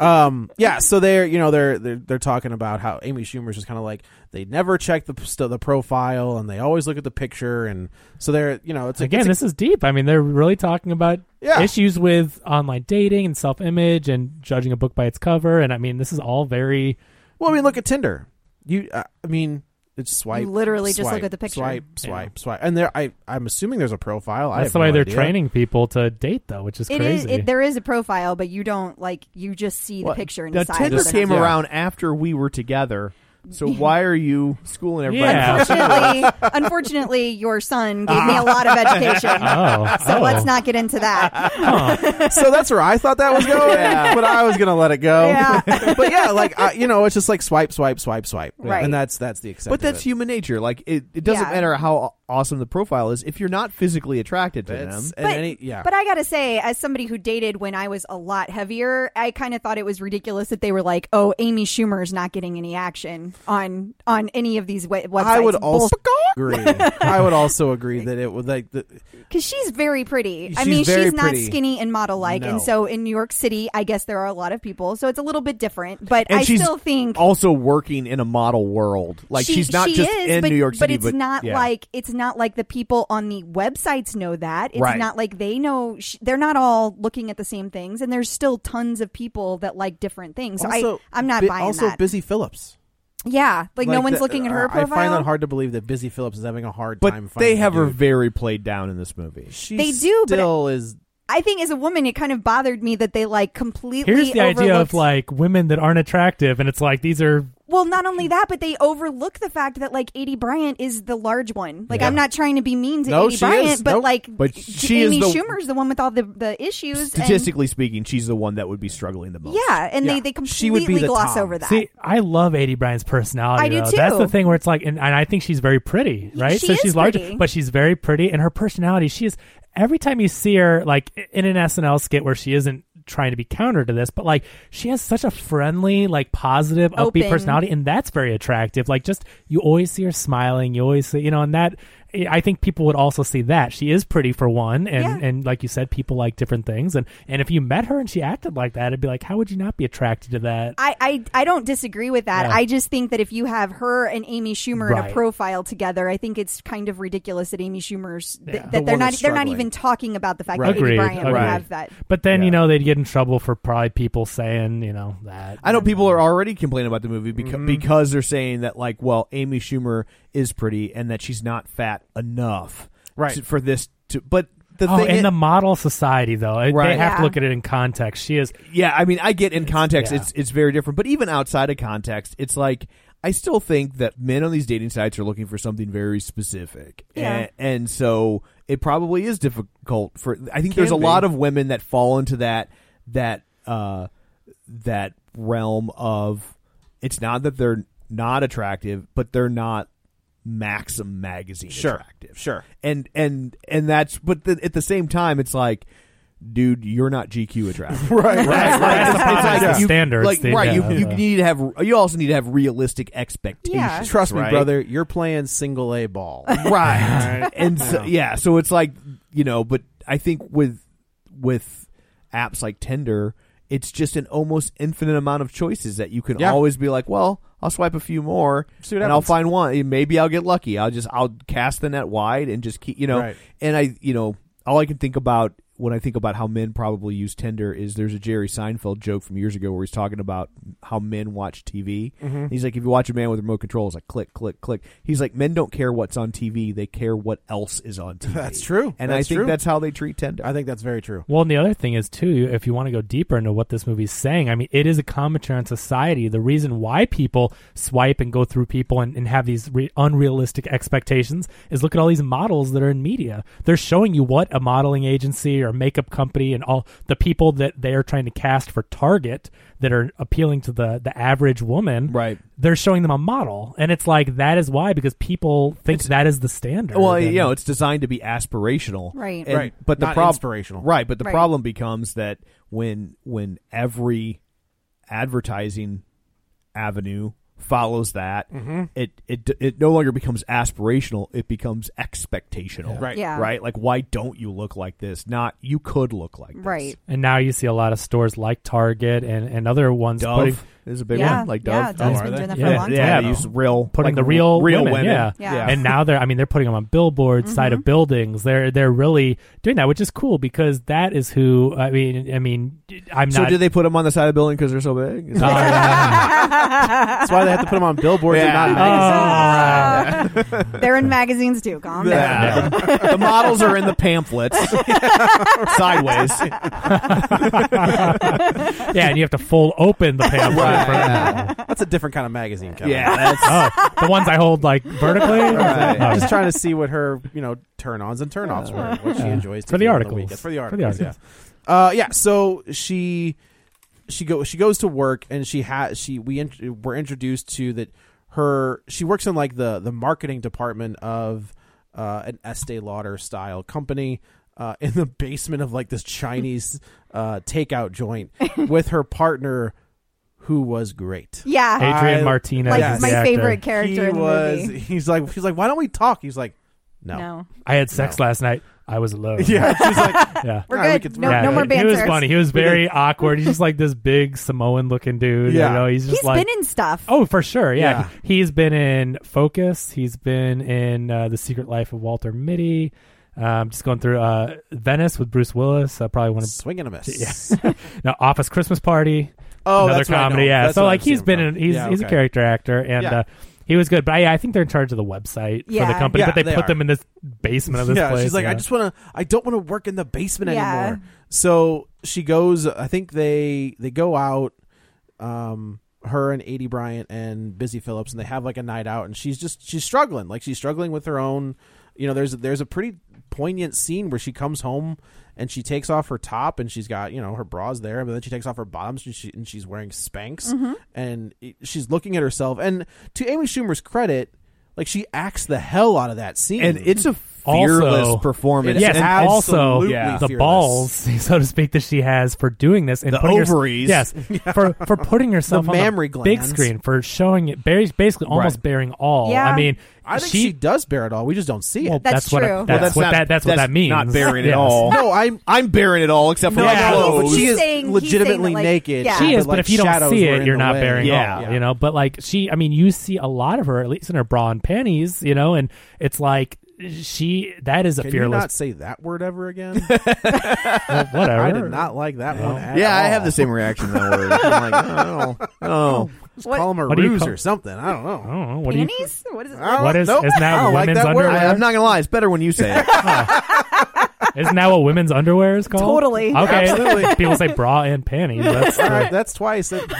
um. Yeah. So they're you know they're they're they're talking about how Amy Schumer's just kind of like they never check the st- the profile and they always look at the picture and so they're you know it's a, Again, it's a- this is deep. I mean, they're really talking about Yeah. issues with online dating and self image and judging a book by its cover. And I mean, this is all very. well I mean look at Tinder. You uh, I mean it's swipe. You literally just look swipe, at the picture. Swipe swipe swipe and there I I'm assuming there's a profile. I That's have the way no they're idea. training people to date, though, which is It is. crazy. It, there is a profile, but you don't like. You just see the Well, picture and now, decide. Tinder whether or came not- Yeah. around after we were together. So why are you schooling everybody? Yeah. else? Unfortunately, unfortunately, your son gave me a lot of education. oh, So oh. let's not get into that. so that's where I thought that was going, but I was gonna let it go. Yeah. but yeah, like I, you know, it's just like swipe, swipe, swipe, swipe, Right. And that's that's the extent. But of that's it. human nature. Like it, it doesn't Yeah. matter how aw- awesome the profile is if you're not physically attracted to That's- them. and any- yeah. but I gotta say, as somebody who dated when I was a lot heavier, I kind of thought it was ridiculous that they were like, "Oh, Amy Schumer is not getting any action on on any of these we- websites." I would also Bull- agree. I would also agree that it would like the, because she's very pretty. I She's mean, very she's not pretty. skinny and model like, No. and so in New York City, I guess there are a lot of people, so it's a little bit different. But And I she's still think also working in a model world. Like She- she's not she just is, in but, New York City, but it's not yeah. like it's not like the people on the websites know that. It's Right. not like they know sh- they're not all looking at the same things, and there's still tons of people that like different things. So also, I, I'm not bu- buying Also, that. Busy Phillips. yeah, like, no Like one's the- looking at uh, her profile. I find that hard to believe that Busy Phillips is having a hard time. But finding they have a her dude. very played down in this movie. She They do, but Still is I think as a woman, it kind of bothered me that they like completely. Here's the idea of overlooked- like women that aren't attractive, and it's like these are Well, not only that, but they overlook the fact that like Adie Bryant is the large one. Like Yeah. I'm not trying to be mean to No, Adie she Bryant, is. but Nope. like But J- she is Amy the- Schumer's the one with all the the issues. and- Statistically speaking, she's the one that would be struggling the most. Yeah, and Yeah. they they completely She would be the gloss Tom. over that. See, I love Adie Bryant's personality. I do though. That's too. the thing where it's like, and, and I think she's very pretty, right? she so is she's large, pretty. but she's very pretty, and her personality. She is every time you see her, like in an SNL skit where she isn't trying to be counter to this, but like she has such a friendly, like positive, Open. upbeat personality, and that's very attractive. Like just you always see her smiling, you always see, you know, and that. I think people would also see that she is pretty for one, and Yeah. and like you said, people like different things, and and if you met her and she acted like that, it'd be like, how would you not be attracted to that? I, I I don't disagree with that. Yeah. I just think that if you have her and Amy Schumer in a Right. profile together, I think it's kind of ridiculous that Amy Schumer's th- Yeah. that The they're not one that's they're not struggling. even talking about the fact Right. that Amy Agreed, Bryant would agreed. have that. But then Yeah. you know they'd get in trouble for probably people saying you know that. I know people Mm-hmm. are already complaining about the movie because, because they're saying that like, well, Amy Schumer is pretty and that she's not fat enough, Right. to- for this to, but the Oh, thing, in is- the model society though, I- Right. they have Yeah. to look at it in context. She is yeah, I mean, I get in context, yeah. it's it's very different, but even outside of context, it's like I still think that men on these dating sites are looking for something very specific, Yeah. and, and so it probably is difficult for. I think Can there's a be. lot of women that fall into that that uh, that realm of it's not that they're not attractive, but they're not Maxim magazine Sure. attractive. Sure. And and and that's but the, at the same time it's like dude, you're not GQ attractive. right. That's Right. That's the problem, is the standards, Like, the- right, yeah, you, you yeah. need to have you also need to have realistic expectations. Yeah. Trust me, right? brother. You're playing single A ball. Right. and so, yeah, so it's like you know, but I think with with apps like Tinder, it's just an almost infinite amount of choices that you can Yeah. always be like, well, I'll swipe a few more See what and I'll happens. find one. Eh, Maybe I'll get lucky. I'll just I'll cast the net wide and just keep you know. Right. And I you know all I can think about when I think about how men probably use Tinder is there's a Jerry Seinfeld joke from years ago where he's talking about how men watch TV. Mm-hmm. He's like, if you watch a man with a remote control, it's like click, click, click. He's like, men don't care what's on TV; they care what else is on TV. That's true. and I That's think true. that's how they treat Tinder. I think that's very true. Well, and the other thing is too, if you want to go deeper into what this movie's saying, I mean, it is a commentary on society. The reason why people swipe and go through people and, and have these re- unrealistic expectations is look at all these models that are in media. They're showing you what a modeling agency or makeup company and all the people that they are trying to cast for target that are appealing to the the average woman. Right. They're showing them a model, and it's like that is why because people think that is the standard. Well, and- you know, it's designed to be aspirational, Right. And- Right. But the Not problem, inspirational. right? But the Right. problem becomes that when when every advertising avenue follows that, Mm-hmm. it it it no longer becomes aspirational; it becomes expectational, Right. Yeah. Right? Like, why don't you look like this? Not you could look like this. Right. And now you see a lot of stores like Target and, and other ones Dove putting, is a big yeah. one, like Dove. yeah, Dove's Oh, been are doing they? that for yeah, a long time. yeah, time. use real putting like, the real real women, Yeah. Yeah. Mm-hmm. Yeah. and now they're I mean they're putting them on billboards, side of buildings. They're they're really doing that, which is cool because that is who I mean. I mean, I'm So not. Oh, do they put them on the side of the building because they're so big? Is that- That's why they have to put them on billboards and Oh, not They're in magazines too. Calm down. Yeah. the models are in the pamphlets sideways. yeah, and you have to full open the pamphlet. That's a different kind of magazine. Kevin. Yeah, that's Oh, the ones I hold like vertically. Right. Oh, I'm just trying to see what her, you know, turn ons and turn offs were, what she enjoys to For the do on articles. weekend. For the For the articles, yeah. Uh, yeah. So she she go she goes to work and she has she we in, were introduced to that her she works in like the the marketing department of uh, an Estee Lauder style company. Uh, in the basement of like this Chinese uh, takeout joint with her partner, who was great. Yeah. Adrian I- Martinez, like Yes. is my the actor. favorite character he in the was. movie. He's like she's like, why don't we talk? He's like, no. No. I had sex last night. I was alone. Yeah, she's like, yeah. We're All right, we good. can- no, Yeah, no more he banter. was funny. He was very awkward. He's just like this big Samoan looking dude. Yeah. You know, he's just He's like been in stuff. Oh, for sure. Yeah. Yeah. He- He's been in Focus. He's been in uh, The Secret Life of Walter Mitty. Um, just going through uh, Venice with Bruce Willis. I probably want to. swing and a miss. Yeah. no, Office Christmas Party. Oh, another that's what I comedy. know. Yeah. That's so, what like, I've he's seen been him in. from. He's, Yeah, he's a okay. character actor, and Yeah. uh, he was good. But yeah, I think they're in charge of the website for the Yeah. company, Yeah, but they, they put are. them in this basement of this yeah, place. she's like, yeah. I just want to. I don't want to work in the basement Yeah. anymore. So she goes. I think they they go out. Um, her and Adi Bryant and Busy Phillips, and they have like a night out, and she's just she's struggling. Like she's struggling with her own. You know, there's there's a pretty poignant scene where she comes home and she takes off her top and she's got you know her bras there, but then she takes off her bottoms and, she, and she's wearing Spanx, and it- she's looking at herself. And to Amy Schumer's credit, like she acts the hell out of that scene, and it's a Also- fearless performance. Yes, and and also absolutely the fearless. balls, so to speak, that she has for doing this and The putting her- ovaries. yes, for for putting herself The on mammary the big glands. screen for showing it, bears, basically almost Right. bearing all. Yeah. I mean, I think she, she. does bear it all. We just don't see well, it. That's what. true. I, Well, that's that's what not- that. That's, what that's that means. not bearing at Yes. all. No, I'm. I'm bearing it all except for No, my yeah, clothes. but she He's is saying- he's legitimately saying that, like- naked. Yeah. She But, is, but like, if you don't shadows see were it, in you're the not way. bearing Yeah. all. Yeah. You know, but like she, I mean, you see a lot of her, at least in her bra and panties. You know, and it's like she. That is a Can you not fearless. say that word ever again? whatever. I did not like that one. At yeah, I all. have the same reaction to that word. I'm like, oh, I don't know. I don't know. Just What- call him a What do you ruse call- or something. I don't I know. don't know. What do you? Panties? What is it? I don't- What is- nope. isn't that I don't like women's that word. underwear? I, am not gonna lie. It's better when you say it. Isn't that what women's underwear is called? Totally. Okay. Absolutely. People say bra and panties. That's All right, that's twice. It-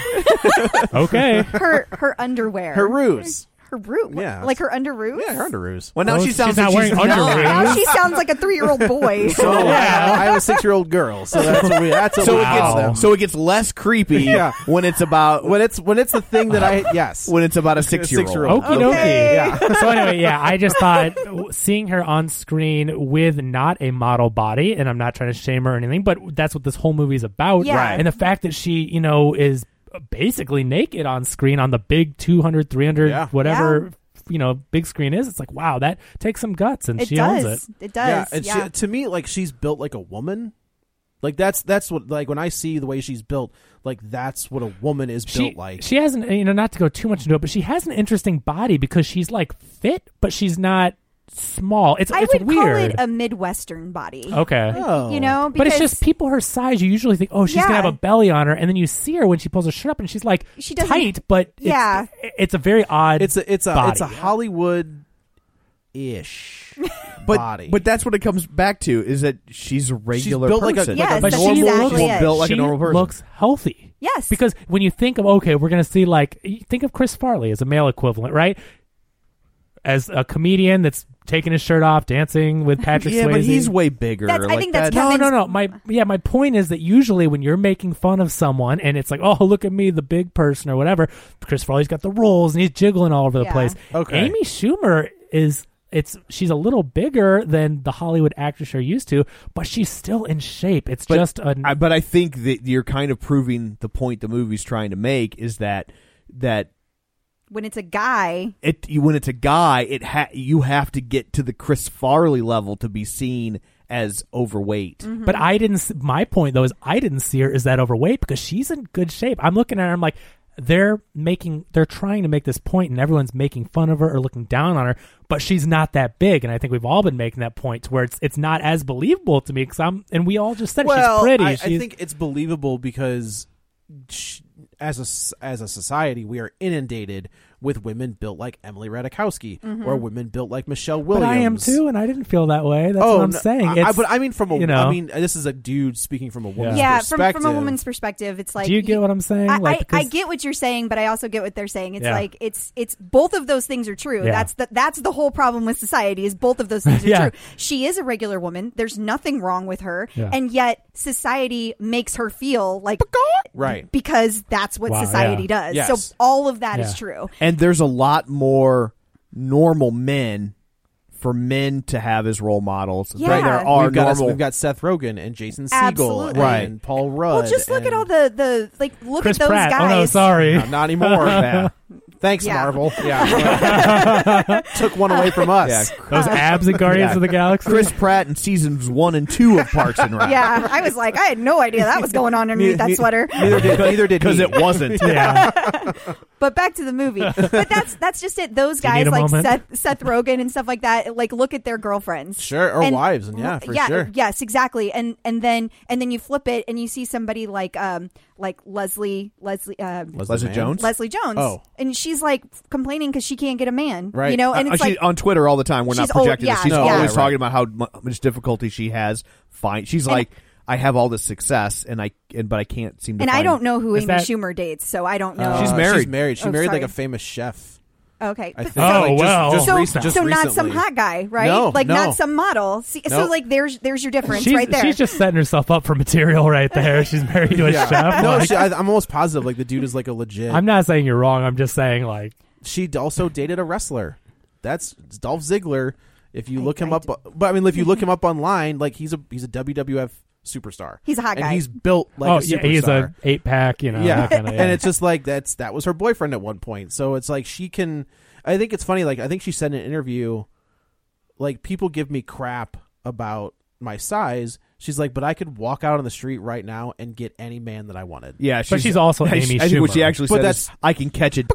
okay. Her her underwear. Her ruse. Her root. Yeah. Like her under root. Yeah, her under ruse. Well, now Oh, she she's sounds not like wearing she's- underwear. Now she sounds like a three year old boy. Oh, So Yeah. I, I have a six-year-old girl, so that's what we. That's what So we it gets call them. so it gets less creepy Yeah. when it's about when it's when it's the thing that I yes when it's about a six year old. six-year-old. Okie dokie. So anyway, yeah, I just thought w- seeing her on screen with not a model body, and I'm not trying to shame her or anything, but that's what this whole movie's about. Yeah. Right. And the fact that she, you know, is basically naked on screen on the big 200, 300, Yeah. whatever, you know, big screen is, it's like, wow, that takes some guts, and it she does. owns it. does. and Yeah. She, to me, like she's built like a woman. Like that's that's what like when I see the way she's built, like that's what a woman is she, built like. She has an you know not to go too much into it, but she has an interesting body because she's like fit, but she's not small. It's I it's would weird. call it a midwestern body. okay. Oh. You know, But because it's just people her size. You usually think, oh, she's gonna Yeah. have a belly on her, and then you see her when she pulls her shirt up, and she's like She doesn't- tight, but it's- Yeah. it's a very odd. it's a it's a body. it's a Hollywood ish but body. but that's what it comes back to is that she's a regular built like a- person. like Yes, a that's normal exactly woman it. built like she a normal person. looks healthy. Yes. Because when you think of okay, we're going to see like you think of Chris Farley as a male equivalent, right? As a comedian that's taking his shirt off, dancing with Patrick yeah, Swayze. but he's way bigger. That's- I like think that's that- no, no, Kevin's- no. My yeah, my point is that usually when you're making fun of someone and it's like, oh, look at me, the big person or whatever. Chris Farley's got the rolls and he's jiggling all over the Yeah. place. Okay. Amy Schumer is it's she's a little bigger than the Hollywood actress you're used to, but she's still in shape. It's But just a I, but I think that you're kind of proving the point the movie's trying to make is that that when it's a guy, it you, when it's a guy, it ha- you have to get to the Chris Farley level to be seen as overweight. Mm-hmm. But I didn't. s- My point though is I didn't see her as that overweight because she's in good shape. I'm looking at her. I'm like, they're making, they're trying to make this point, and everyone's making fun of her or looking down on her. But she's not that big, and I think we've all been making that point to where it's it's not as believable to me because I'm, and we all just said well, she's pretty. I, I she's, think it's believable because sh as a s- as a society, we are inundated with women built like Emily Radikowski Mm-hmm. or women built like Michelle but Williams. Oh, I am too, and I didn't feel that way. That's what I'm no, saying. I- I, It's- but I mean, from a, you know. I mean, this is a dude speaking from a woman's yeah, from, perspective. from a woman's perspective, it's like do you get what I'm saying? I, like, I, I because- get what you're saying, but I also get what they're saying. It's Yeah. like it's it's both of those things are true. Yeah. That's the that's the whole problem with society is both of those things are Yeah. true. She is a regular woman. There's nothing wrong with her, Yeah. and yet society makes her feel like right? because that's what Wow, society yeah. does. Yes. So all of that is Yeah. true. and there's a lot more normal men for men to have as role models Yeah. than there are we've got, normal. we've got Seth Rogen and Jason Segel Absolutely. Right. and Paul Rudd. Well, just look at and- all the the like look Chris at those Pratt. guys. Oh no, sorry. No, not anymore. Yeah. Thanks, Yeah. Marvel. Yeah, took one away from us. Yeah. Those abs in Guardians Yeah. of the Galaxy. Chris Pratt in seasons one and two of Parks and Rec. Yeah, I was like, I had no idea that was going on underneath that sweater. Neither did, neither did because he. it wasn't. yeah, But back to the movie. But that's that's just it. Those Do you need guys a like moment? Seth, Seth Rogen and stuff like that. Like look at their girlfriends, Sure, or wives, and yeah, for yeah, sure. yes, exactly. And and then and then you flip it and you see somebody like um like Leslie Leslie uh, Leslie Mann? Jones. Leslie Jones, Oh. and she's like complaining because she can't get a man, Right. You know, and Uh, it's she- like on Twitter all the time. We're not She's old- projecting. this. yeah, she's No, always yeah. talking about how mu- much difficulty she has. Fine, she's like, I have all this success, and I and but I can't seem to. and I find- don't know who Is Amy that- Schumer dates, so I don't know. Uh, She's married. She's married. She Oh, married sorry. like a famous chef. Oh, okay, I But- think. Oh, like, just- well. just so, recent- just so not some recently. hot guy, right? No, like no. not some model. See, No. So like there's there's your difference she's, right there. she's just setting herself up for material right there. She's married to a chef. No, like- she, I, I'm almost positive. Like the dude is like a legit. I'm not saying you're wrong. I'm just saying like she d- also dated a wrestler. That's it's Dolph Ziggler. If you I- look him I up, but I mean, if you look him up online, like he's a he's a WWF superstar. He's a hot And guy. he's built like oh a yeah, superstar. he's a eight pack. You know, yeah. that kinda, yeah. and it's just like that's that was her boyfriend at one point. So it's like she can. I think it's funny. Like I think she said in an interview, like people give me crap about my size. She's like, but I could walk out on the street right now and get any man that I wanted. Yeah, she's, she's also I, Amy I think what she Schumer. actually But said is, that's- I can catch it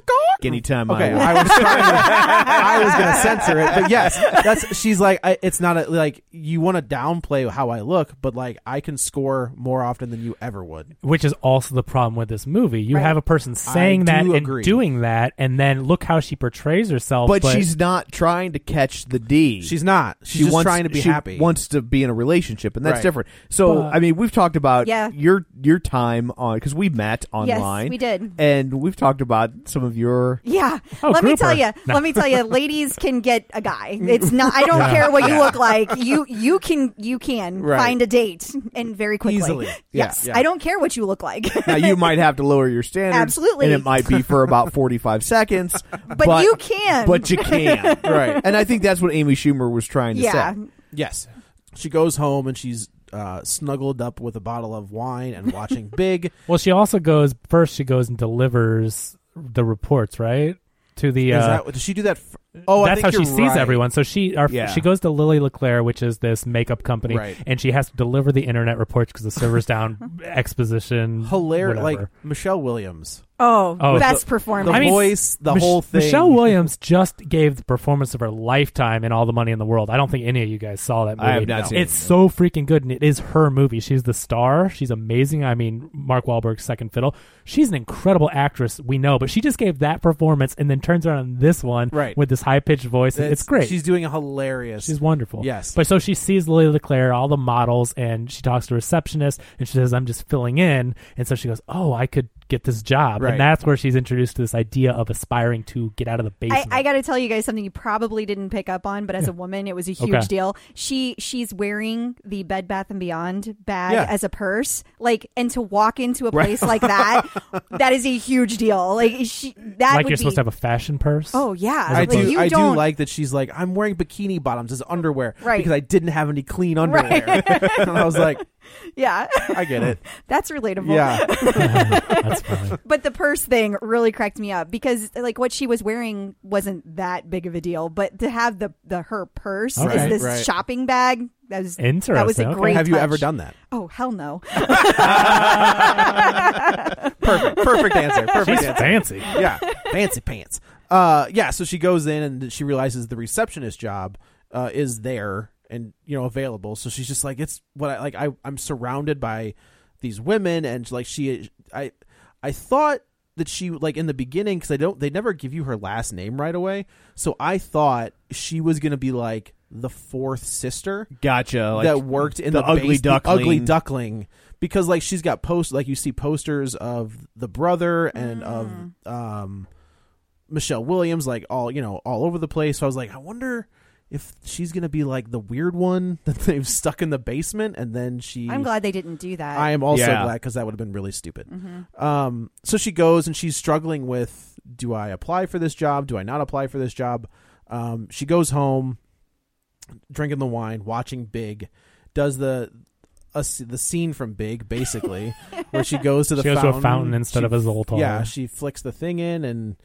anytime Okay, I want. I was trying to, I was going to censor it, but yes, that's she's like I, it's not a, like you want to downplay how I look, but like I can score more often than you ever would. which is also the problem with this movie. You Right. have a person saying that do and agree. doing that, and then look how she portrays herself. But, she's not trying to catch the D. She's not. She's she just wants trying to be she happy. Wants to be in a relationship, and that's Right. different. So But- I mean, we've talked about Yeah. your your time on because we met online. we did. and we've talked about some of your. Yeah. Oh, let me grouper. tell you. No. Let me tell you. Ladies can get a guy. It's not. I don't care what you look like. You you can you can Right. find a date and very quickly. Easily. Yeah, Yes. yeah. I don't care what you look like. Now you might have to lower your standards, Absolutely. and it might be for about forty five seconds. But, you can. but you can, right? And I think that's what Amy Schumer was trying to yeah. say. Yes. She goes home and she's uh, snuggled up with a bottle of wine and watching Big. well, she also goes first. She goes and delivers the reports right to the. Is Uh, that, does she do that? F- Oh, I that's think how she you're sees right. everyone. So she our, Yeah. she goes to Lily LeClaire, which is this makeup company, Right. and she has to deliver the internet reports because the server's down. exposition, hilarious. whatever. Like Michelle Williams, Oh, Oh, best the- performance. the I mean, voice, the Mich- whole thing. Michelle Williams just gave the performance of her lifetime and all the money in the world. I don't think any of you guys saw that movie. I have not seen It's it. so freaking good, and it is her movie. She's the star. She's amazing. I mean, Mark Wahlberg's second fiddle. She's an incredible actress, we know, but she just gave that performance and then turns around on this one Right. with this high pitched voice. and That's- It's great. She's doing a hilarious. She's wonderful. Yes. But so she sees Lily LeClaire, all the models, and she talks to a receptionist and she says, I'm just filling in. And so she goes, Oh, I could get this job. Right. And that's where she's introduced to this idea of aspiring to get out of the I, basement. I got to tell you guys something you probably didn't pick up on, but as a woman, it was a huge Okay. deal. She she's wearing the Bed Bath and Beyond bag Yeah. as a purse, like, and to walk into a place like that, that is a huge deal. Like she that like would you're be, supposed to have a fashion purse. oh yeah, I like, do. you I don't do like that she's like I'm wearing bikini bottoms as underwear Right. because I didn't have any clean underwear. and I was like, yeah, I get it. that's relatable. Yeah, that's funny. But the purse thing really cracked me up because like what she was wearing wasn't that big of a deal, but to have the the her purse Okay. is this Right. shopping bag that was that was Interesting. a Okay. great. have you touch. ever done that? Oh hell no. Perfect. Perfect answer. Perfect She's answer. fancy. yeah, fancy pants. Uh, yeah. So she goes in and she realizes the receptionist job uh, is there and you know available. So she's just like, it's what I like. I I'm surrounded by these women and like she I I thought that she like in the beginning because I don't they never give you her last name right away. So I thought she was gonna be like the fourth sister Gotcha. Like, that worked in the the, ugly base- the duckling. ugly duckling, because like she's got post like you see posters of the brother and of um, Michelle Williams, like all you know, all over the place. So I was like, I wonder if she's gonna be like the weird one that they've stuck in the basement, and then she. I'm glad they didn't do that. I am also Yeah. glad because that would have been really stupid. Mm-hmm. Um, so she goes and she's struggling with: Do I apply for this job? Do I not apply for this job? Um, she goes home, drinking the wine, watching Big, does the a s the scene from Big basically, where she goes to the She goes fountain. to a fountain instead She- of a Zoltar. Yeah, she flicks the thing in and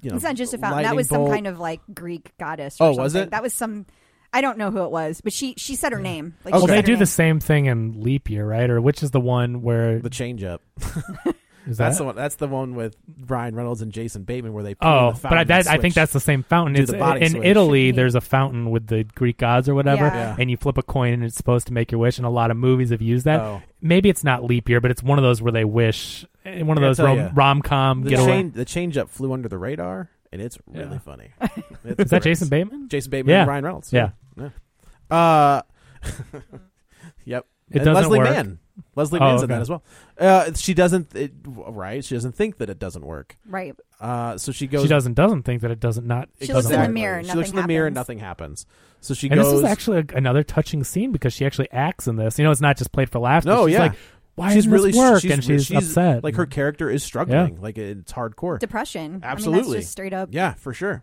you know it's not just a fountain. That lightning was some bolt. kind of like Greek goddess. Or Oh, was something. it? That was some. I don't know who it was, but she she said her name. Like, she Okay. Well, said they her do name. the same thing in Leap Year, right? Or which is the one where the change up. is that? That's the one. That's the one with Ryan Reynolds and Jason Bateman where they. pee in Oh, the but I, fountain that, and I think switch. that's the same fountain. Do It's, the body in switch. Italy, there's a fountain with the Greek gods or whatever, Yeah. Yeah. and you flip a coin and it's supposed to make your wish. And a lot of movies have used that. Oh. Maybe it's not leap year, but it's one of those where they wish, eh, one of I those tell rom ya, rom com The, getaway. change, the change up flew under the radar, and it's really Yeah. funny. Is that Jason Bateman? Jason Bateman Yeah. and Ryan Reynolds. Yeah. Yeah. Uh, yep. It And doesn't Leslie work. Mann. Leslie Oh, Mann's in okay. that as well. Uh, she doesn't, it, right? She doesn't think that it doesn't work. right. Uh, so she goes. She doesn't doesn't think that it doesn't not. She doesn't looks in the work. mirror, She nothing looks in the mirror, and happens. nothing happens. So she And goes. this is actually a, another touching scene because she actually acts in this. You know, it's not just played for laughs. but No, she's yeah. like, why she's isn't really this work? She's, and she's, upset. Like her character is struggling. Like it's hardcore. Depression. I mean, Absolutely. that's just straight up. yeah, for sure.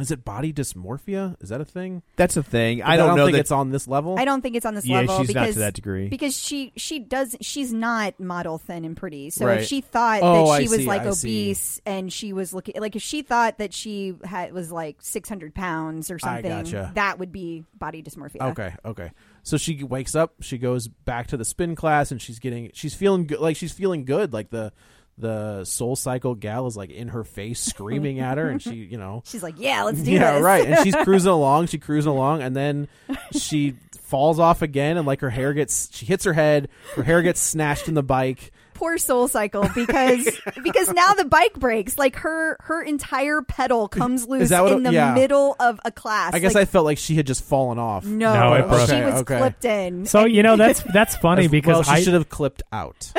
Is it body dysmorphia? Is that a thing? that's a thing. I I don't, know think that it's on this level. I don't think it's on this Yeah, level she's not because to that degree. because she she does she's not model thin and pretty. So Right. if she thought Oh, that I she was see, like I see. obese and she was looking like if she thought that she had was like six hundred pounds or I something, gotcha. that would be body dysmorphia. Okay, okay. So she wakes up, she goes back to the spin class and she's getting she's feeling good like she's feeling good like the the soul cycle gal is like in her face screaming at her and she, you know. She's like, yeah, let's do Yeah, this. right. And she's cruising along, she cruising along and then she falls off again and like her hair gets she hits her head, her hair gets snatched in the bike. poor soul cycle because because now the bike breaks like her her entire pedal comes loose that what in it- the yeah. middle of a class I guess like, I felt like she had just fallen off. no, No, it broke. she Okay, was okay. flipped in so you know that's that's funny As- because well, she I should have clipped out.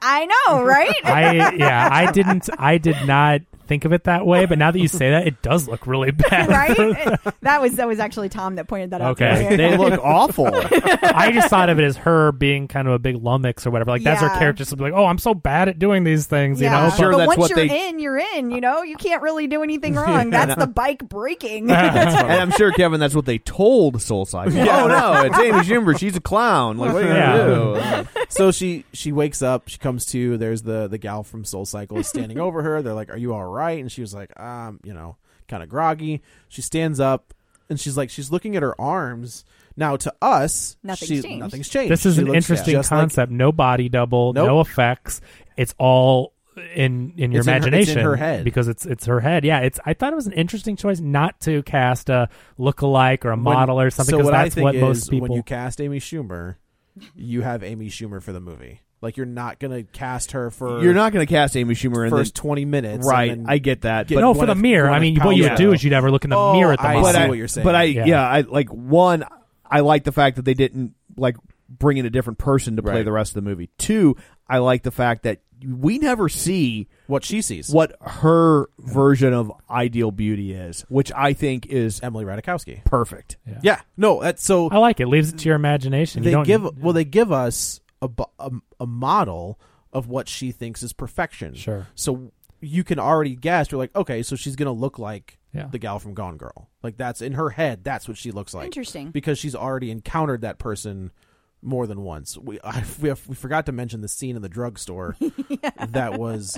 i know right I yeah, I didn't I did not think of it that way, but now that you say that, it does look really bad. right that was that was actually tom that pointed that out Okay. earlier. they look awful. I just thought of it as her being kind of a big lummox or whatever. Like that's her Yeah. character. So be like, oh, I'm so bad at doing these things. yeah, You know, I'm sure but that's once what you're they- in, you're in. You know, you can't really do anything wrong. That's the bike breaking. and I'm sure Kevin, that's what they told SoulCycle. Oh no, it's Amy Schumer. She's a clown. Like what are you gonna do? so she she wakes up she comes to there's the the gal from soul cycle standing over her they're like are you all right and she was like um you know kind of groggy. She stands up and she's like, she's looking at her arms. Now to us, Nothing's she- changed. Nothing's changed. This is She an looks interesting just like- concept. no body double, no Nope. effects. It's all in in your It's in her- it's in imagination her head. because it's it's her head. Yeah, it's. I thought it was an interesting choice not to cast a lookalike or a when- model or something So because what I that's think what is most when people. you cast Amy Schumer, you have Amy Schumer for the movie. Like you're not gonna cast her for You're not going to cast Amy Summer in first this. twenty minutes, Right, And then- I get that. get but no, for the Gwyneth- mirror. I Gwyneth mean, what you would Paltrow. do is you'd have her look in the Oh, mirror at the I model. but see I, what you're saying. But I, Yeah. yeah. I like one. I like the fact that they didn't like bring in a different person to play Right. the rest of the movie. Two, I like the fact that we never see what she sees. what her version of ideal beauty is, which I think is Emily Ratajkowski. perfect. Yeah, no, that's so I like it. Leaves it to your imagination. you Mm. they don't, give well they give us a, bu- a, a model of what she thinks is perfection. Sure. So you can already guess. You're like, okay, so she's gonna look like Yeah. the gal from Gone Girl. Like that's in her head. That's what she looks like. Interesting. because she's already encountered that person more than once. We I, we, have, we forgot to mention the scene in the drugstore that was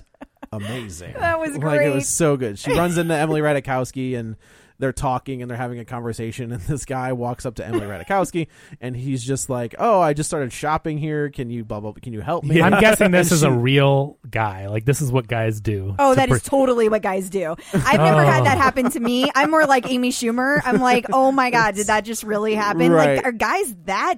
amazing. That was Like it great. was so good. She runs into Emily Ratajkowski and they're talking and they're having a conversation and this guy walks up to Emily Ratajkowski and he's just like, "Oh, I just started shopping here. Can you blah blah? Can you help me?" I'm guessing this And is a she- real guy. Like this is what guys do. Oh, to that is per- totally what guys do. I've never had Oh. that happen to me. I'm more like Amy Schumer. I'm like, oh my god, did that just really happen? Right. Like, are guys that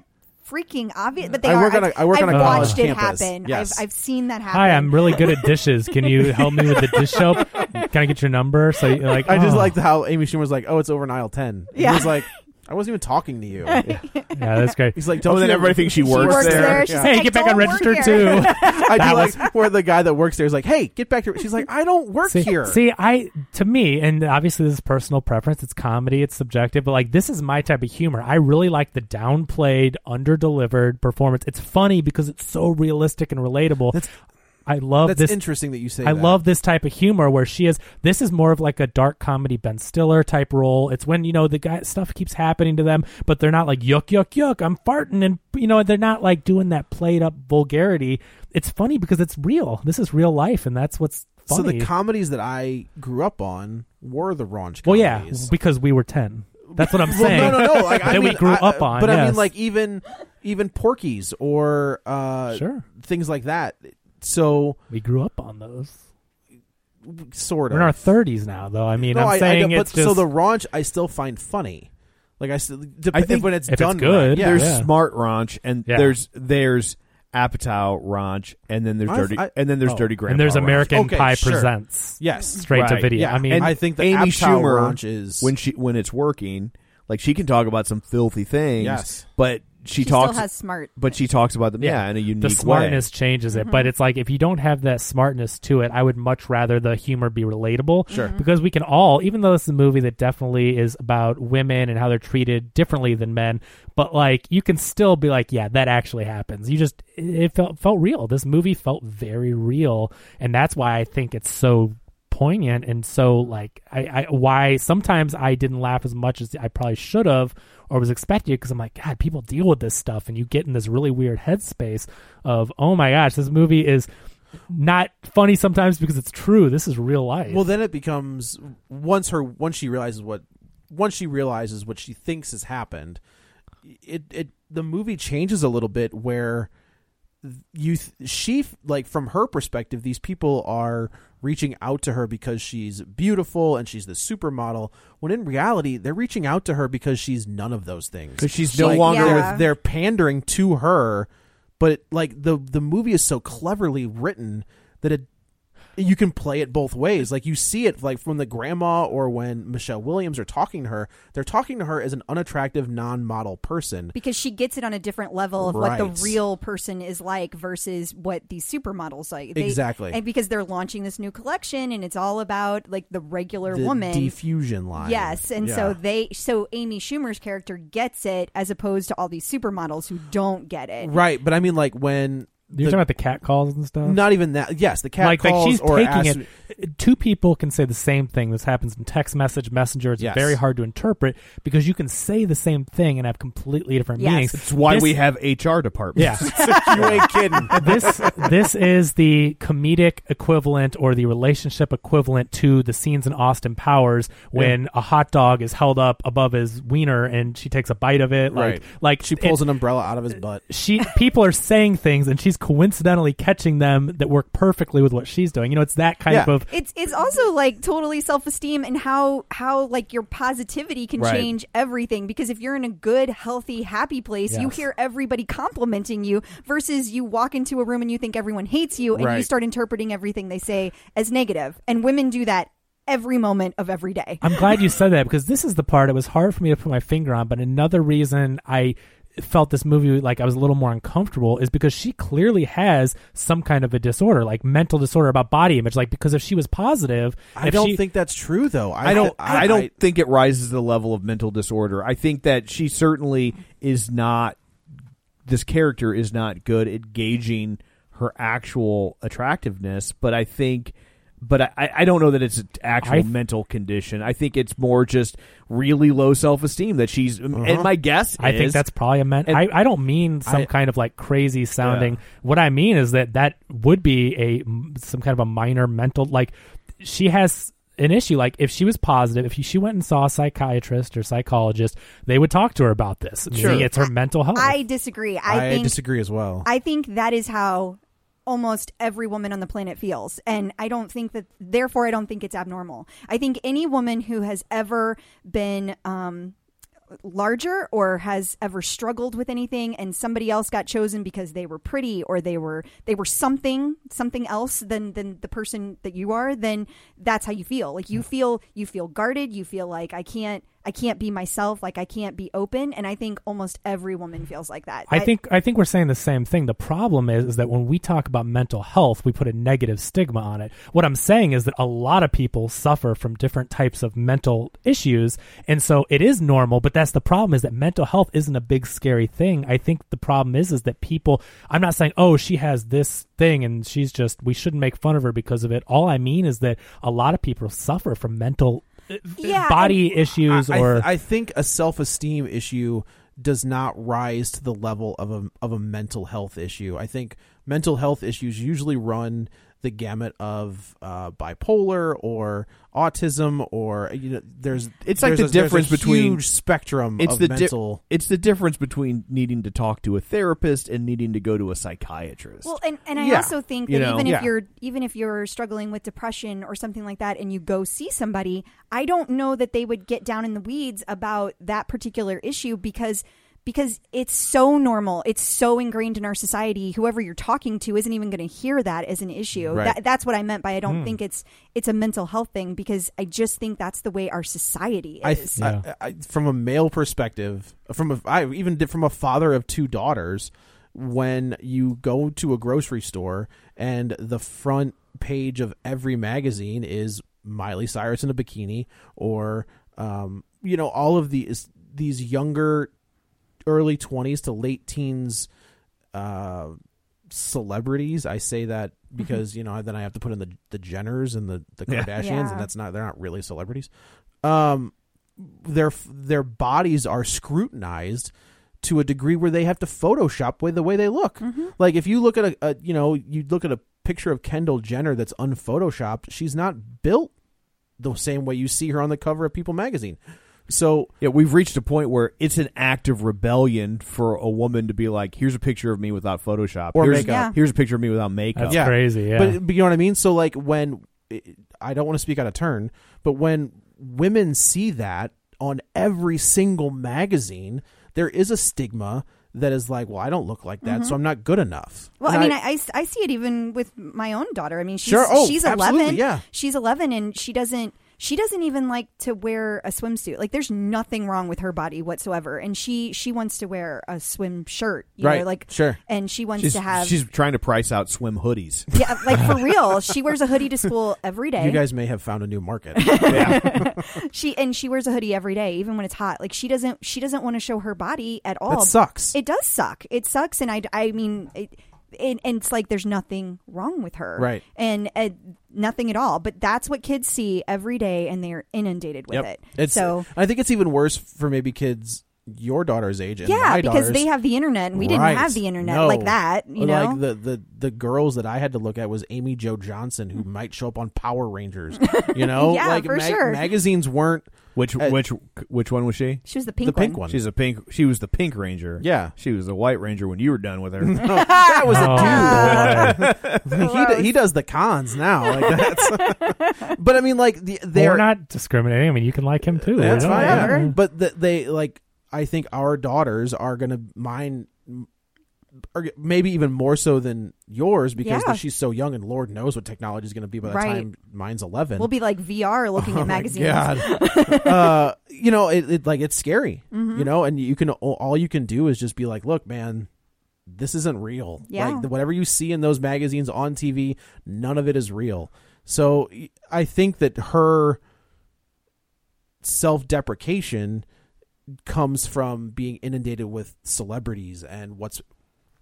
freaking obvious? But they I are. work on I've- a- I work on I've a college watched it campus. happen. Yes. I've, I've seen that happen. Hi, I'm really good at dishes. Can you help me with the dish soap? Can I get your number? So you're like, I just oh. liked how Amy Schumer was like, "Oh, it's over in aisle 10." Yeah. He was like, "I wasn't even talking to you." Yeah, that's great. He's like, Oh, "Don't." then you- everybody thinks she works, works there. She's Yeah. like, hey, I get back on don't work register here. too. I That do was- like where the guy that works there is like, "Hey, get back to." She's like, "I don't work see, here." see, I to me, and obviously this is personal preference. It's comedy, it's subjective, but like this is my type of humor. I really like the downplayed, underdelivered performance. It's funny because it's so realistic and relatable. That's- I love that's this interesting that you say. I that. love this type of humor where she is. This is more of like a dark comedy Ben Stiller type role. It's when you know the guy stuff keeps happening to them, but they're not like yuck yuck yuck. I'm farting, and you know they're not like doing that played up vulgarity. It's funny because it's real. This is real life, and that's what's So funny. the comedies that I grew up on were the raunch. well, yeah, comedies. because we were ten. That's what I'm Well, saying. no, no, no. Like, I that mean, we grew I- up on. But I mean, yes. like even even Porky's or uh, Sure. things like that. So we grew up on those. sort of We're in our thirties now, though. I mean, No, I'm I- I saying don't- it's but just so the raunch I still find funny. Like I, still, dep- I think when it's if it's done good, right, yeah. there's yeah. smart ranch and Yeah. there's there's Apatow ranch and then there's I- dirty I- and then there's oh. dirty grandma and there's ranch. American Okay, Pie sure. presents. Yes. straight to Right, video. yeah. I mean, And I think the Amy Apatow Schumer ranch is- when she when it's working like she can talk about some filthy things Yes. but she, She talks still has smart. but she talks about them yeah, in a unique the smartness way changes it but it's like if you don't have that smartness to it i would much rather the humor be relatable sure because we can all even though this is a movie that definitely is about women and how they're treated differently than men but like you can still be like yeah that actually happens you just it felt felt real this movie felt very real and that's why i think it's so poignant and so like I, I why sometimes I didn't laugh as much as I probably should have or was expecting because I'm like God people deal with this stuff and you get in this really weird headspace of oh my gosh this movie is not funny sometimes because it's true this is real life Well, then it becomes once her once she realizes what once she realizes what she thinks has happened, it it the movie changes a little bit where you th- she f- like from her perspective these people are reaching out to her because she's beautiful and she's the supermodel when in reality they're reaching out to her because she's none of those things because she's Like, no longer yeah. with they're, they're pandering to her but like the the movie is so cleverly written that it you can play it both ways like you see it like from the grandma or when michelle williams are talking to her they're talking to her as an unattractive non-model person because she gets it on a different level of what Right. the real person is like versus what these supermodels like. Exactly. and because they're launching this new collection, and it's all about like the regular the woman. defusion line Yes, and Yeah. so they, so Amy Schumer's character gets it, as opposed to all these supermodels who don't get it. right but i mean like when You're talking about the cat calls and stuff. Not even that. Yes, the cat like, calls like she's or taking asks- it. Two people can say the same thing. This happens in text message, messenger. It's Yes. very hard to interpret because you can say the same thing and have completely different Yes. meanings. It's why This- we have HR departments. Yeah. you ain't kidding. this this is the comedic equivalent or the relationship equivalent to the scenes in Austin Powers when a hot dog is held up above his wiener and she takes a bite of it. Like Right. like She pulls an umbrella out of his butt. she people are saying things and she's coincidentally catching them that work perfectly with what she's doing. You know, it's that kind Yeah. of It's it's also like totally self esteem and how how like your positivity can Right. change everything because if you're in a good healthy happy place you Yes. hear everybody complimenting you versus you walk into a room and you think everyone hates you and you Right. start interpreting everything they say as negative and women do that every moment of every day. I'm glad you said that because this is the part it was hard for me to put my finger on. But another reason I felt this movie like I was a little more uncomfortable is because she clearly has some kind of a disorder, like mental disorder about body image. Like because if she was positive, I if don't she- think that's true, though. I don't. I, don't think it rises to the level of mental disorder. I think that she certainly is not. This character is not good at gauging her actual attractiveness, but I think. But I- I, I don't know that it's an actual I- mental condition. I think it's more just really low self esteem that she's. And my guess, Uh-huh. I think is- that's probably a meant. and- I, I don't mean some I- kind of like crazy sounding. What I mean is that that would be a m- some kind of a minor mental like she has an issue. Like if she was positive, if she went and saw a psychiatrist or psychologist, they would talk to her about this. Sure, it's her mental health. I disagree. I, Oh. I think disagree as well. I think that is how almost every woman on the planet feels. And I don't think that, therefore, I don't think it's abnormal. I think any woman who has ever been. Um, larger or has ever struggled with anything and somebody else got chosen because they were pretty or they were they were something something else than than the person that you are then that's how you feel like you feel you feel guarded you feel like I can't I can't be myself like I can't be open and I think almost every woman feels like that I think I think we're saying the same thing. The problem is is that when we talk about mental health, we put a negative stigma on it. What I'm saying is that a lot of people suffer from different types of mental issues, and so it is normal, but that's the problem is that mental health isn't a big scary thing. I think the problem is is that people I'm not saying, "Oh, she has this thing and she's just we shouldn't make fun of her because of it." All I mean is that a lot of people suffer from mental uh, Yeah, body issues I, or I, I think a self esteem issue does not rise to the level of a of a mental health issue. I think mental health issues usually run the gamut of uh, bipolar or autism or you know there's It's like there's the a- there's a difference between- huge spectrum it's of the di- mental it's the difference between needing to talk to a therapist and needing to go to a psychiatrist. Well, and, and I Yeah. also think that You know? even if Yeah. you're even if you're struggling with depression or something like that, and you go see somebody, I don't know that they would get down in the weeds about that particular issue because because it's so normal, it's so ingrained in our society. Whoever you're talking to isn't even going to hear that as an issue. Right. That, that's what I meant by I Hmm. don't think it's it's a mental health thing because I just think that's the way our society I, is. th- I, I from a male perspective, from a I even did from a father of two daughters, when you go to a grocery store and the front page of every magazine is Miley Cyrus in a bikini or um you know all of these these younger early 20s to late teens uh celebrities i say that because you know then i have to put in the the jenners and the the Yeah. kardashians Yeah. and that's not they're not really celebrities um their their bodies are scrutinized to a degree where they have to photoshop way the way they look like if you look at a, a you know you look at a picture of kendall jenner that's unphotoshopped she's not built the same way you see her on the cover of people magazine so Yeah, we've reached a point where it's an act of rebellion for a woman to be like, "Here's a picture of me without Photoshop, Or here's, makeup. Yeah. here's a picture of me without makeup." That's crazy, yeah. But, but you know what I mean? So, like, when I don't want to speak out of turn, but when women see that on every single magazine, there is a stigma that is like, well, I don't look like that, so I'm not good enough. Mm-hmm. Well, I And mean, I, I s- I see it even with my own daughter. I mean, she's Sure. Oh, she's absolutely. eleven. Yeah. she's eleven, and she doesn't she doesn't even like to wear a swimsuit. Like, there's nothing wrong with her body whatsoever, and she she wants to wear a swim shirt. You Right. Know, like Sure. And she wants She's, to have she's trying to price out swim hoodies. yeah, like for real. She wears a hoodie to school every day. you guys may have found a new market. she and she wears a hoodie every day, even when it's hot. Like she doesn't she doesn't want to show her body at all. That sucks. It does suck. It sucks, and I I mean. It, and, and it's like there's nothing wrong with her, Right. And uh, nothing at all. But that's what kids see every day, and they are inundated with it. It's, so I think it's even worse for maybe kids your daughter's age and yeah, my because daughter's. they have the internet, and we didn't Right. have the internet No. like that. You know, like the, the the girls that I had to look at was Amy Jo Johnson, who might show up on Power Rangers. You know, Yeah, like for sure. magazines weren't Which Uh, which which one was she? she was the pink the pink one. one. She's a pink. She was the pink ranger. Yeah. she was the white ranger when you were done with her. that was a Oh, boy. he, d- he does the cons now. Like that's, but I mean, like the, they're We're not discriminating. I mean, you can like him too. That's you know? fine. Yeah. Whatever. But the, they like, I think our daughters are gonna mine, or maybe even more so than yours because Yeah. she's so young, and Lord knows what technology is gonna be by the Right. time mine's eleven. We'll be like VR looking at magazines. God. uh, you know, it, it like it's scary. Mm-hmm. You know, and you can all you can do is just be like, look, man, this isn't real. Yeah. Like whatever you see in those magazines on TV, none of it is real. So y- I think that her self-deprecation comes from being inundated with celebrities and what's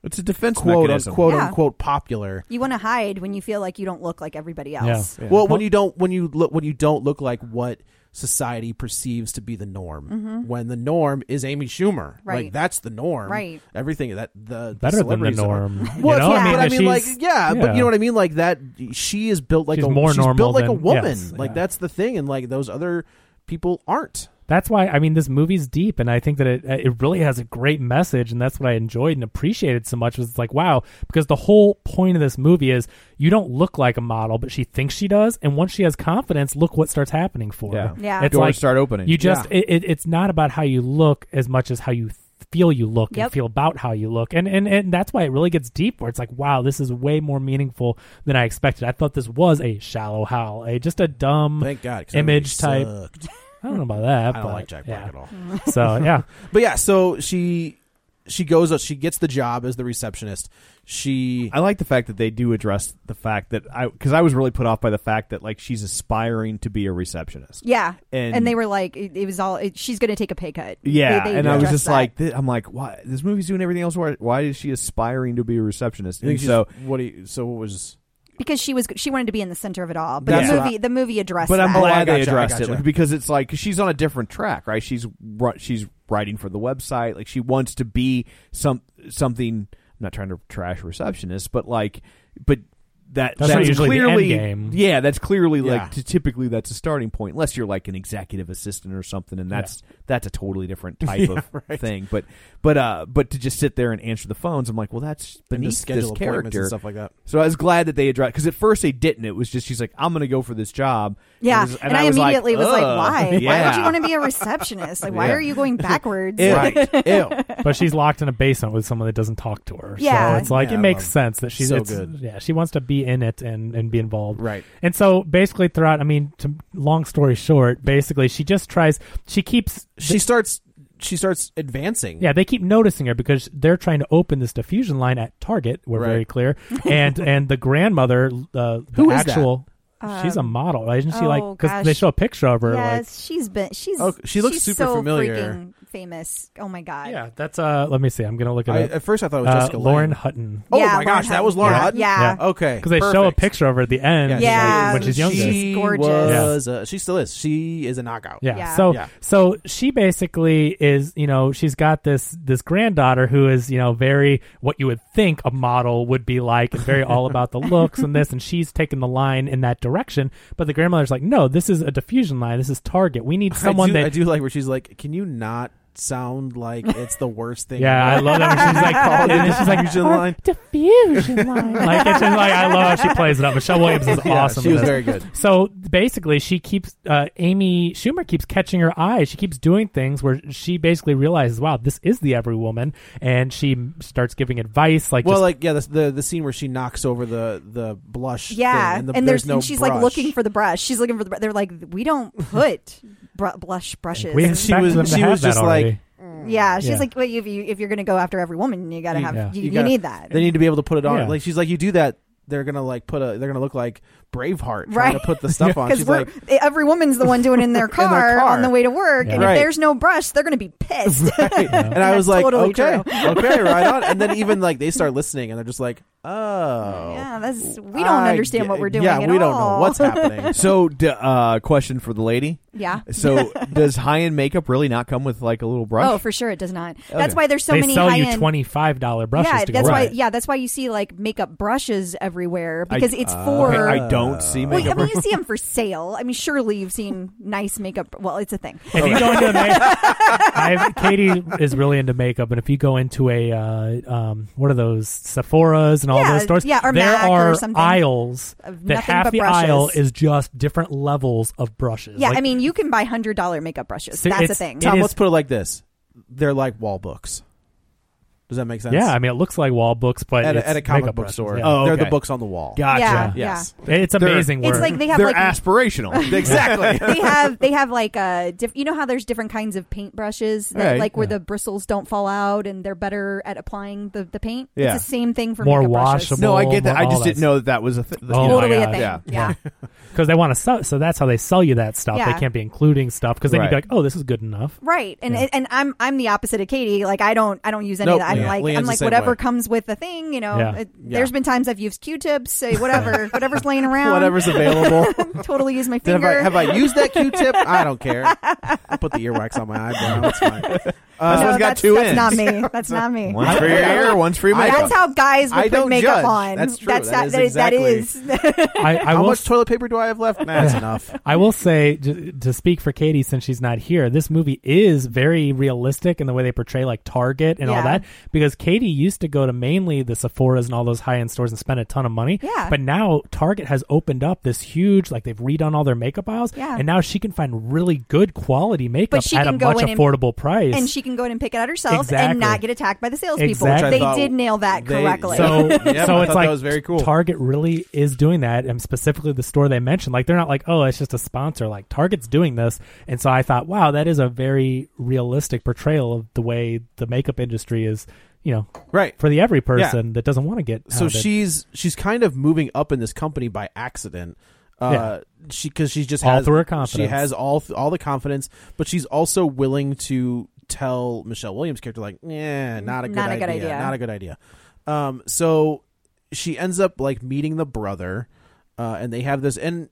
it's a defense quote mechanism. unquote Yeah. unquote popular. You want to hide when you feel like you don't look like everybody else. Yeah. Well, Well- when you don't, when you look, when you don't look like what society perceives to be the norm, when the norm is Amy Schumer, Right. Like that's the norm, Right. Everything that the Better than the celebrities are- norm, you Well, know? yeah, I mean, but I that mean, like, she's- yeah, yeah. but you know what I mean. Like that, she is built like She's a more she's normal built like a than- woman. yes, like yeah. that's the thing, and like those other people aren't. That's why I mean this movie's deep, and I think that it it really has a great message, and that's what I enjoyed and appreciated so much. Was it's like wow, because the whole point of this movie is you don't look like a model, but she thinks she does, and once she has confidence, look what starts happening for her. Yeah. Yeah. it's Doors like start opening. You just it, it, it's not about how you look as much as how you feel you look Yep. and feel about how you look, and and and that's why it really gets deep. Where it's like wow, this is way more meaningful than I expected. I thought this was a shallow howl, a just a dumb. Thank God, 'cause I Image really type. sucked. I don't know about that. I don't but, like Jack Black yeah. at all. So yeah. But yeah, so she she goes, she gets the job as the receptionist. She I like the fact that they do address the fact that I because I was really put off by the fact that like she's aspiring to be a receptionist. Yeah, And- and, they were like, it, it was all. It, she's going to take a pay cut. Yeah, They- they and I was addressed just that. like, th- I'm like, why this movie's doing everything else? Why, why is she aspiring to be a receptionist? I think And she's- so, what do you, so what was because she was she wanted to be in the center of it all. But That's the what movie the movie addressed. but I'm that. glad Oh, I they gotcha, I addressed it gotcha. like, because it's like 'cause she's on a different track, right? She's ru- she's writing for the website, like she wants to be some something. I'm not trying to trash receptionists, but like, but that That's not usually the end clearly game. yeah, that's clearly Yeah. like t- typically that's a starting point, unless you're like an executive assistant or something, and that's that's a totally different type of thing. But but uh, but to just sit there and answer the phones, I'm like, well, that's and beneath just schedule this appointments character. and stuff like that. So I was glad that they addressed because at first they didn't. It was just she's like, I'm gonna go for this job. it yeah, was- and, I, was like, immediately was like, "Ugh." why? Why Yeah. would you want to be a receptionist? Like, why Yeah. are you going backwards? Right. Ew. but she's locked in a basement with someone that doesn't talk to her. Yeah. so it's like Yeah, it I makes love it. sense that she's So it's- good. Yeah, she wants to be in it and and be involved. Right. And so basically throughout, I mean, to long story short, basically she just tries. She keeps. She starts she starts advancing. Yeah, they keep noticing her because they're trying to open this diffusion line at Target. We're very Right. clear, and and the grandmother, uh, the Who is that? actual, she's a model, right? isn't she? Like Um, oh, because they gosh. show a picture of her, like yes, she's been. She's. Oh, she looks she's super so familiar. Freaking famous. Oh my god. yeah, that's uh. Let me see. I'm gonna look at I, it. up. at first I thought it was Uh, Jessica Lauren Lange. Hutton. Oh Yeah, my Lauren gosh, that Hutton. was Lauren Yeah. Hutton. Yeah. Okay. because they show a perfect. picture of her at the end, she's Yeah. like, when she's younger. She She's gorgeous. was a- she still is. She is a knockout. yeah. Yeah. So Yeah. so she basically is, you know, she's got this this granddaughter who is, you know, very what you would think a model would be like and very all about the looks and this and she's taking the line in that direction, but the grandmother's like, "No, this is a diffusion line. This is target. We need someone I do, that I do like where she's like, Can you not sound like it's the worst thing? Yeah, I love that. When she's like, and then she's like, "Our Diffusion line." diffusion line. Like, it's just like, I love how she plays it up. Michelle Williams is Yeah, awesome. She in was this. very good. So basically, she keeps uh, Amy Schumer keeps catching her eye. She keeps doing things where she basically realizes, "Wow, this is the every woman," and she m- starts giving advice like, Well, just- like yeah, the, the the scene where she knocks over the the blush. Yeah, thing and, the, there's, there's, no. and she's like brush. looking for the brush. She's looking for the. br- They're like, we don't put br- blush brushes. "We And- she expect was- them to she have was that just like, already." yeah, she's Yeah. like, well, if you if you're gonna go after every woman, you gotta have Yeah. you, You you gotta- need that. They need to be able to put it on. Yeah. Like she's like, you do that, they're gonna like put a. They're gonna look like Braveheart trying to Right. put the stuff on. because She's like, every woman's the one doing it in their car, car. on the way to work, and Right. if there's no brush, they're going to be pissed. and I was That's like, totally okay, true. okay, right on. And then even like they start listening, and they're just like, Oh. yeah, that's we don't I understand get- what we're doing. Yeah, at we don't know all. what's happening. So, d- uh, question for the lady. yeah. So, does high end makeup really not come with like a little brush? Oh, for sure, it does not. Okay. That's why there's so they many sell you high-end- twenty five dollar brushes. Yeah, to go that's with why. it. Yeah, that's why you see like makeup brushes everywhere I- because it's uh, for. okay, I don't see Wait, I makeup. mean, you see them for sale. I mean, surely you've seen nice makeup. Well, it's a thing. If you go into a make- I've, Katie is really into makeup, and if you go into a uh, um, what are those Sephora's and all Yeah, those stores, yeah, or there Mac or are something. aisles Of that nothing half but the aisle brushes. is just different levels of brushes. Yeah, Like, I mean, you can buy hundred dollar makeup brushes. So That's the it's- thing. it Tom, is- let's put it like this: they're like wall books. Does that make sense? yeah, I mean, it looks like wall books, but at it's a, at a comic makeup book brushes, store, yeah. Oh, they're the okay. books on the wall. Gotcha. Yeah, Yes. it's They're- amazing. It's work. like they have They're like aspirational. exactly. they have they have like a diff- you know how there's different kinds of paint brushes that Right, like where yeah. the bristles don't fall out and they're better at applying the, the paint. Yeah. It's the same thing for More makeup brushes. washable. No, I get that. I All just that didn't know that that was a thing. Oh my Totally a God. thing. Yeah. Yeah. because they want to sell. So that's how they sell you that stuff. Yeah. They can't be including stuff because then you'd be Right. like, oh, this is good enough. Right. And and I'm I'm the opposite of Katie. Like I don't I don't use any Nope. of that. I'm Yeah. like Leanne's I'm the like same whatever way. comes with the thing, you know. Yeah. It- Yeah. There's been times I've used Q-tips, say whatever, whatever's laying around. Whatever's available. totally use my Did- have, finger. I, have I used that Q-tip? I don't care. I put the earwax on my eyebrow. It's fine. This uh, no, one's got that's, two that's ends. not me. That's not me. One's for your ear, one's for your I makeup. That's how guys I would put don't makeup judge. on. That's true. That is that exactly- is that is I, I How will much toilet paper do I have left? Nah, That's enough. I will say to, to speak for Katie since she's not here. This movie is very realistic in the way they portray like Target and all Yeah. that because Katie used to go to mainly the Sephora's and all those high end stores and spend a ton of money. Yeah. But now Target has opened up this huge like they've redone all their makeup aisles. Yeah. And now she can find really good quality makeup she at a can go much in and- affordable price. and she can go in and pick it out herself Exactly. and not get attacked by the salespeople. Exactly. Which I They thought did nail that they- correctly. So, Yeah, so I it's thought like that was very cool. Target really is doing that, and specifically the store they mentioned. Like they're not like, oh, it's just a sponsor. Like Target's doing this, and so I thought, wow, that is a very realistic portrayal of the way the makeup industry is. You know, Right. for the every person that doesn't want to get. so outed. she's she's kind of moving up in this company by accident. Uh, she because she just All has, through her confidence. She has all th- all the confidence, but she's also willing to tell Michelle Williams' character like, yeah, not a good, Mm, Not a idea, good idea." not a good idea. Um, so she ends up like meeting the brother, uh, and they have this, and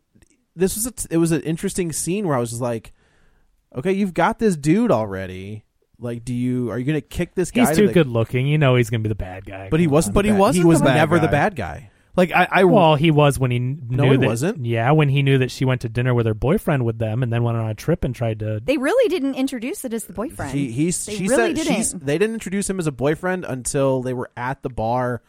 this was a t- it was an interesting scene where I was just like, okay, you've got this dude already. Like, do you are you gonna kick this guy? he's to too the- good looking. You know, he's gonna be the bad guy. but he Come wasn't. on. the But he bad- wasn't He was the bad never the guy. bad guy. Like I, I Well, he was when he kn- knew No, he that, wasn't. Yeah, when he knew that she went to dinner with her boyfriend with them, and then went on a trip and tried to. they really didn't introduce it as the boyfriend. He, he's, They she really said, didn't. She's, they didn't introduce him as a boyfriend until they were at the bar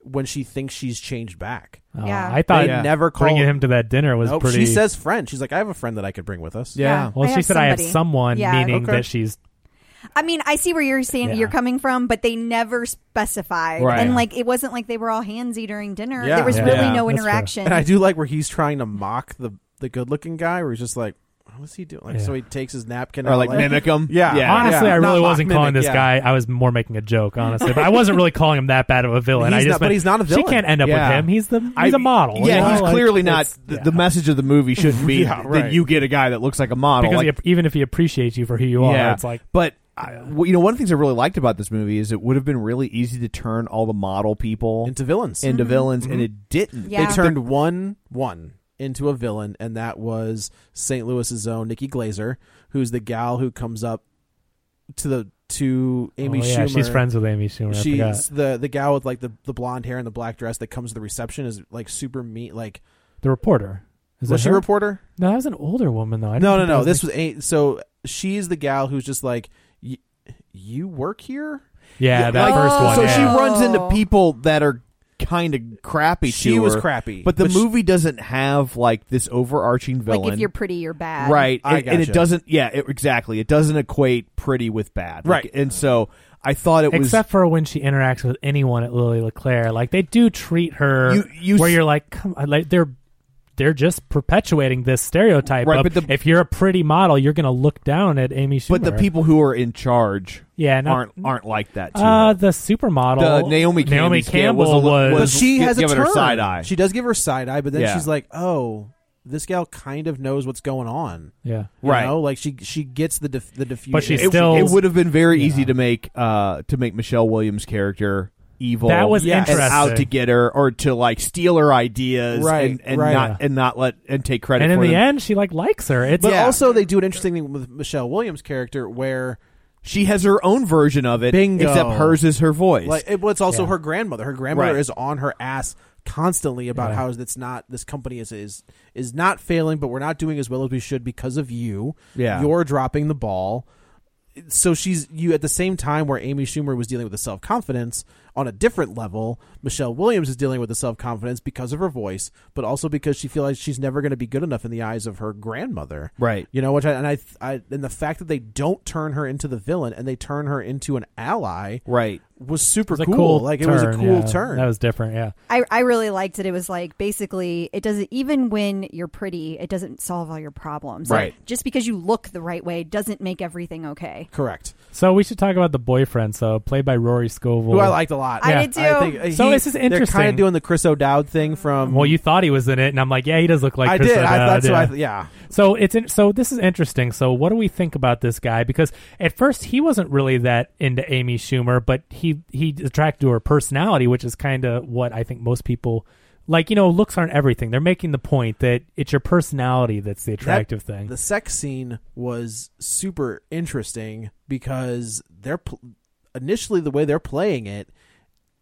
when she thinks she's changed back. Oh, Yeah. I thought They never bringing called- him to that dinner was Nope, pretty. She says friend. She's like, I have a friend that I could bring with us. yeah. Well, I she have said I have somebody. someone, Yeah. meaning Okay. that she's I mean, I see where you're saying Yeah. you're coming from, but they never specified, Right. and like it wasn't like they were all handsy during dinner. Yeah. There was Yeah. really Yeah, no that's fair. interaction. And I do like where he's trying to mock the the good looking guy, where he's just like, what's he doing? Like, Yeah. so he takes his napkin or out, like mimic him. Yeah. yeah. honestly, yeah. I really Not wasn't mimic, calling this yeah. guy. I was more making a joke, honestly. But I wasn't really calling him that bad of a villain. He's I just not- but meant, he's not a She villain. can't end up Yeah. with him. He's the he's I- a model. you know, Yeah, he's like, clearly not. it's- The, yeah. the message of the movie shouldn't be Yeah, right. that you get a guy that looks like a model. because like, he- even if he appreciates you for who you are, it's like but I, well, you know, one of the things I really liked about this movie is it would have been really easy to turn all the model people into villains. Mm-hmm. into villains, and it didn't. Yeah. They turned one one into a villain, and that was St. Louis's own Nikki Glazer, who's the gal who comes up to the to Amy oh, yeah, Schumer. she's friends with Amy Schumer. I forgot. She's the the gal with like the, the blonde hair and the black dress that comes to the reception is like super mean. Like the reporter. Is was that she a her? reporter? No, that was an older woman though. I No, no, didn't think that no. This was a, so she's the gal who's just like y- you work here. the- yeah, that Like, first one. So yeah. she runs into Oh. people that are kind of crappy. She to was her, crappy, but the but she- movie doesn't have like this overarching villain. like if you're pretty, you're bad. right, and, I and gotcha. it doesn't. Yeah, it, exactly. It doesn't equate pretty with bad. Like, Right. and so I thought it was Except for when she interacts with anyone at Lily LeClaire, like they do treat her You- you where s- you're like, come on, like they're they're just perpetuating this stereotype Right, of but the- if you're a pretty model, you're gonna look down at Amy Schumer. But the people who are in charge yeah, not, aren't aren't like that. To uh, her. the supermodel The Naomi Naomi Campbell's kid was a Campbell li- was, But was- she gi- has a giving her turn. side eye. She does give her side eye, but then Yeah. she's like, oh, this gal kind of knows what's going on. yeah. You Right. know? Like she she gets the dif- the diffusion. But she's it, still- it would have been very easy to make uh to make Michelle Williams' character evil. That was and interesting. out to get her or to like steal her ideas, Right, And, and right. not and not let and take credit. and in for the them. end, she like likes her. It's But Yeah. also, they do an interesting thing with Michelle Williams' character where she has her own version of it. Bingo. Except hers is her voice. like it, well, it's also Yeah. her grandmother. Her grandmother Right. is on her ass constantly about how it's not this company is is is not failing, but we're not doing as well as we should because of you. Yeah. you're dropping the ball. So she's you at the same time where Amy Schumer was dealing with the self confidence on a different level. Michelle Williams is dealing with the self confidence because of her voice, but also because she feels like she's never going to be good enough in the eyes of her grandmother. Right. You know, which I and I, I and the fact that they don't turn her into the villain and they turn her into an ally right. was super It was a cool. Like it was a turn, cool yeah. turn. That was different. Yeah. I, I really liked that it was like basically it doesn't even when you're pretty it doesn't solve all your problems Like, Right. just because you look the right way doesn't make everything okay correct. So we should talk about the boyfriend. So played by Rory Scovel. Who I liked a lot. I Yeah. did too. uh, So this is They're kind interesting. of doing the Chris O'Dowd thing from. Well, you thought he was in it, and I'm like, yeah, he does look like. I Chris did. I, O'Dowd, that's what I yeah. th- yeah. So it's in, so this is interesting. So what do we think about this guy? Because at first he wasn't really that into Amy Schumer, but he he attracted to her personality, which is kind of what I think most people like. You know, looks aren't everything. They're making the point that it's your personality that's the attractive That- thing. The sex scene was super interesting because they're pl- initially the way they're playing it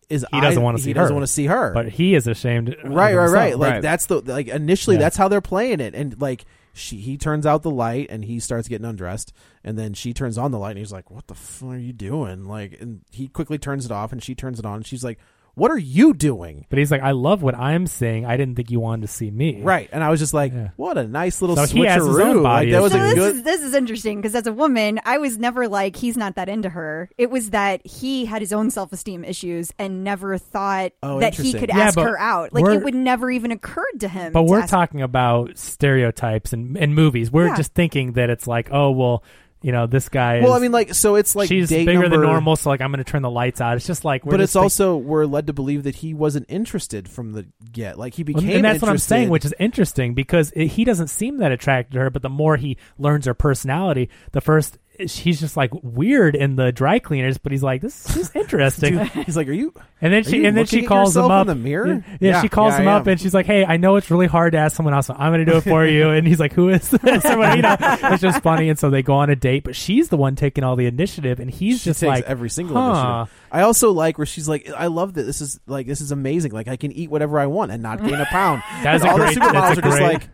is He doesn't I- wanna He see doesn't her. want to see her. but he is ashamed. of right, right, right. himself. Like Right. that's the like initially Yeah. that's how they're playing it, and like she he turns out the light and he starts getting undressed, and then she turns on the light and he's like, "What the f are you doing?" Like, and he quickly turns it off, and she turns it on, and she's like, "What are you doing?" But he's like, I love what I'm saying. I didn't think you wanted to see me. Right, and I was just like, Yeah. "What a nice little So switcheroo!" he has his own like body that as was so a this good. is this is interesting because as a woman I was never like he's not that into her it was that he had his own self esteem issues and never thought Oh, that he interesting. could Yeah, ask but her out like we're- it would never even occurred to him But to we're ask- talking about stereotypes and, and movies. We're Yeah. just thinking that it's like, oh, well, you know, this guy is. Well, I mean, like, so it's like she's date bigger than number- normal, so like I'm going to turn the lights out. It's just like, we're But it's just think- also we're led to believe that he wasn't interested from the get. Like he became, and that's what I'm saying, interested. which is interesting because it, he doesn't seem that attracted to her. But the more he learns her personality, the first he's just like weird in the dry cleaners. But he's like, this is interesting. Dude, he's like, "Are you?" And then Are you she and then looking she at calls him yourself up in the mirror? Yeah, Yeah, she calls yeah, I him up am. and she's like, "Hey, I know it's really hard to ask someone else. So I'm going to do it for you." And he's like, "Who is this?" Or what, you know, it's just funny. And so they go on a date, but she's the one taking all the initiative, and he's She just takes like every single huh. initiative. I also like where she's like, I love that this is like this is amazing. Like I can eat whatever I want and not gain a pound. That is And a all great- the supermodels that's are a just great- like,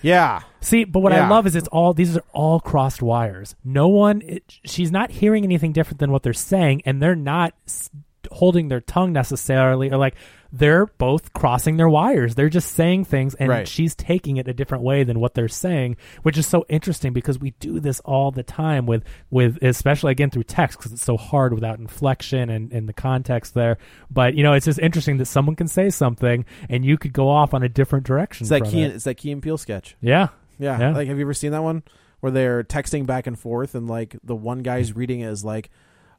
yeah, See, but what Yeah. I love is it's all these are all crossed wires. No one, it, she's not hearing anything different than what they're saying, and they're not s- holding their tongue necessarily. Or like they're both crossing their wires. They're just saying things, and Right. she's taking it a different way than what they're saying, which is so interesting because we do this all the time with with especially again through text because it's so hard without inflection and and the context there. But you know, it's just interesting that someone can say something and you could go off on a different direction. it's that from Key. it. It's that Key and Peele sketch. yeah. Yeah. Yeah. like have you ever seen that one where they're texting back and forth and like the one guy's reading it as like,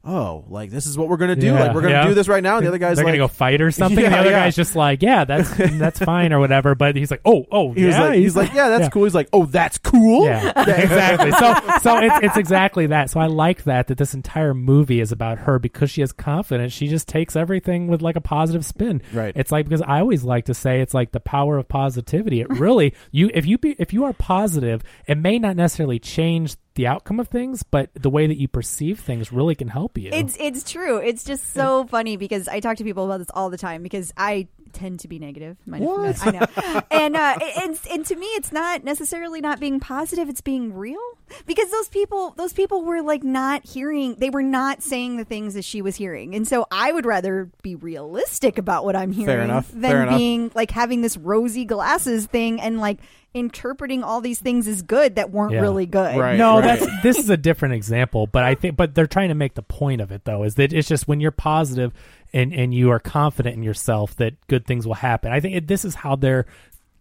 oh, like this is what we're gonna do. Yeah. Like we're gonna Yeah. do this right now, and the other guy's they're like. gonna go fight or something. and Yeah, the other yeah. guy's just like, yeah, that's that's fine or whatever. But he's like, oh, oh, he yeah. was like, he's like, yeah, that's yeah. cool. He's like, oh, that's cool. Yeah, exactly. So, so it's, it's exactly that. So I like that that this entire movie is about her because she has confidence. She just takes everything with like a positive spin. Right. It's like because I always like to say it's like the power of positivity. It really you if you be if you are positive, it may not necessarily change the outcome of things, but the way that you perceive things really can help you. It's it's true. It's just so funny because I talk to people about this all the time because I tend to be negative. Mind if- I know. and uh, and and to me, it's not necessarily not being positive. It's being real because those people those people were like not hearing. They were not saying the things that she was hearing, and so I would rather be realistic about what I'm hearing enough. than Fair enough. being like having this rosy glasses thing and like interpreting all these things as good that weren't Yeah. really good. Right, no, right. that's this is a different example, but I think but they're trying to make the point of it though is that it's just when you're positive and and you are confident in yourself that good things will happen. I think it, this is how they're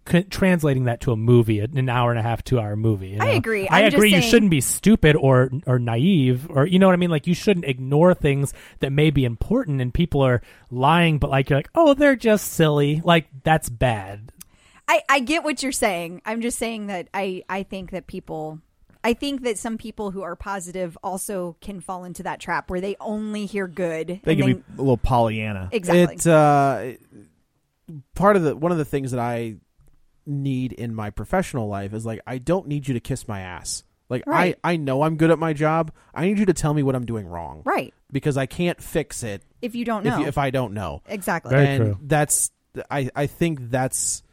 c- translating that to a movie, an an hour and a half, two hour movie. you I know? agree. I I'm just agree. You saying- shouldn't be stupid or or naive or you know what I mean. Like you shouldn't ignore things that may be important and people are lying, but like you're like, oh, they're just silly. Like that's bad. I, I get what you're saying. I'm just saying that I, I think that people I think that some people who are positive also can fall into that trap where they only hear good. They and can then- be a little Pollyanna. exactly. It uh, it- part of the one of the things that I need in my professional life is like I don't need you to kiss my ass. Like Right. I I know I'm good at my job. I need you to tell me what I'm doing wrong. right. Because I can't fix it If you don't if know. you, if I don't know. exactly. Very and true. that's I I think that's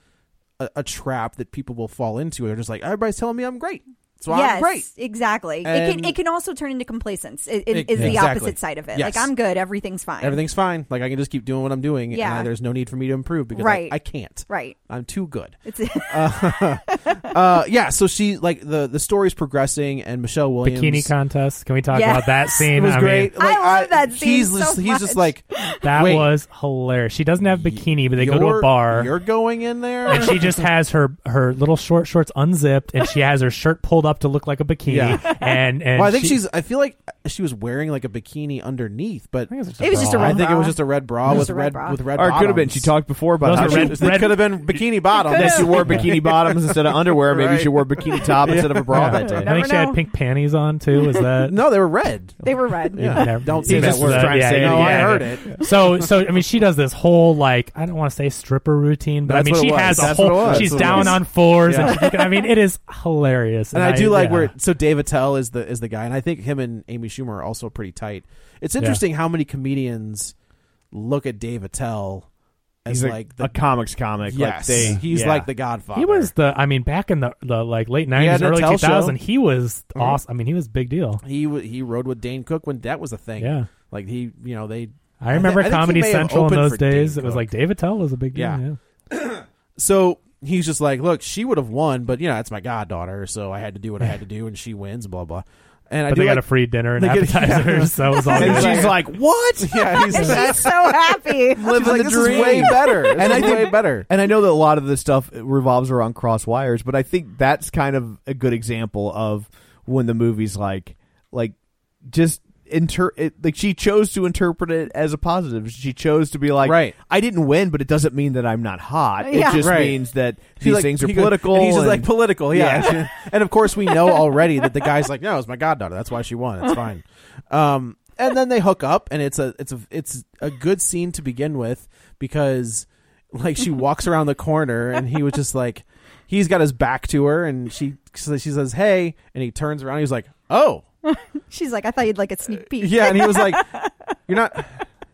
a, a trap that people will fall into. They're just like everybody's telling me I'm great. So yes, I'm great. exactly. it And- can it can also turn into complacence. It, It- it is the exactly. opposite side of it. Like Yes. I'm good, everything's fine. Everything's fine. Like I can just keep doing what I'm doing and Yeah. I- there's no need for me to improve because I- Right. I can't. right. I'm too good. It's uh, yeah. So she like the the story's progressing, and Michelle Williams Bikini contest. Can we talk Yes. about that scene? It was I mean, great. I love that scene He's so just, he's just much. like that Wait. was hilarious. She doesn't have bikini, but they go to "You're- a bar. You're going in there. and she just has her her little short shorts unzipped and she has her shirt pulled up to look like a bikini Yeah. and and well, I think she- she's. I feel like she was wearing like a bikini underneath, but I think It was just a bra. red I think it was bra. just a red bra It was with a red red bra. with red. Or it could have been. bottoms. She talked before about Those how are she- red- they red- could have been bikini bottoms. That she wore bikini bottoms instead of underwear. Maybe she Right. wore bikini top instead of a Oh, bra that I day. Never think she know. had pink panties on too is that No, they were red. they were red. Yeah. Never- Don't you say just- that word. uh, Trying to yeah, say yeah, no, I yeah. heard it. So, so I mean, she does this whole like I don't want to say stripper routine, but That's I what mean, it she was. has a That's what it whole. was. She's That's what it was. down on fours, Yeah. and she's looking, I mean, it is hilarious. and I do like yeah. where so Dave Attell is the is the guy, and I think him and Amy Schumer are also pretty tight. It's interesting how many comedians look at Dave Attell as He's like, like a the comics comic. Like yes, they, he's yeah. like the Godfather. he was the. I mean, back in the, the like late had nineties, an early Attell two show. Mm-hmm. thousand, he was awesome. I mean, he was a big deal. he wa- he rode with Dane Cook when that was a thing. Yeah. like he you know they I remember I think he Comedy may have Central in opened those for Dane days. It was Cook. like David Tell was a big deal. Yeah. Yeah. so he's just like, look, she would have won, but you know it's my goddaughter, so I had to do what I had to do, and she wins, blah blah. And I But do they got like- a free dinner and They get- appetizers, so it was all And good. she's like, what? yeah, he's like, She's so happy. she's like, the this dream." is way better, and And I I think- way better. And I know that a lot of this stuff revolves around cross wires, but I think that's kind of a good example of when the movie's like, like just inter it, like she chose to interpret it as a positive. She chose to be like, Right. I didn't win, but it doesn't mean that I'm not hot. Yeah. It just Right. means that He, these like, things are he goes- political. and he's just and- like political, Oh, yeah. and of course, we know already that the guy's like, no, it's my goddaughter. That's why she won. It's fine. Um, and then they hook up, and it's a it's a it's a good scene to begin with because like she walks around the corner, and he was just like, he's got his back to her, and she so she says, hey, and he turns around, and he's like, oh, She's like, I thought you'd like a sneak peek. yeah, and he was like, you're not.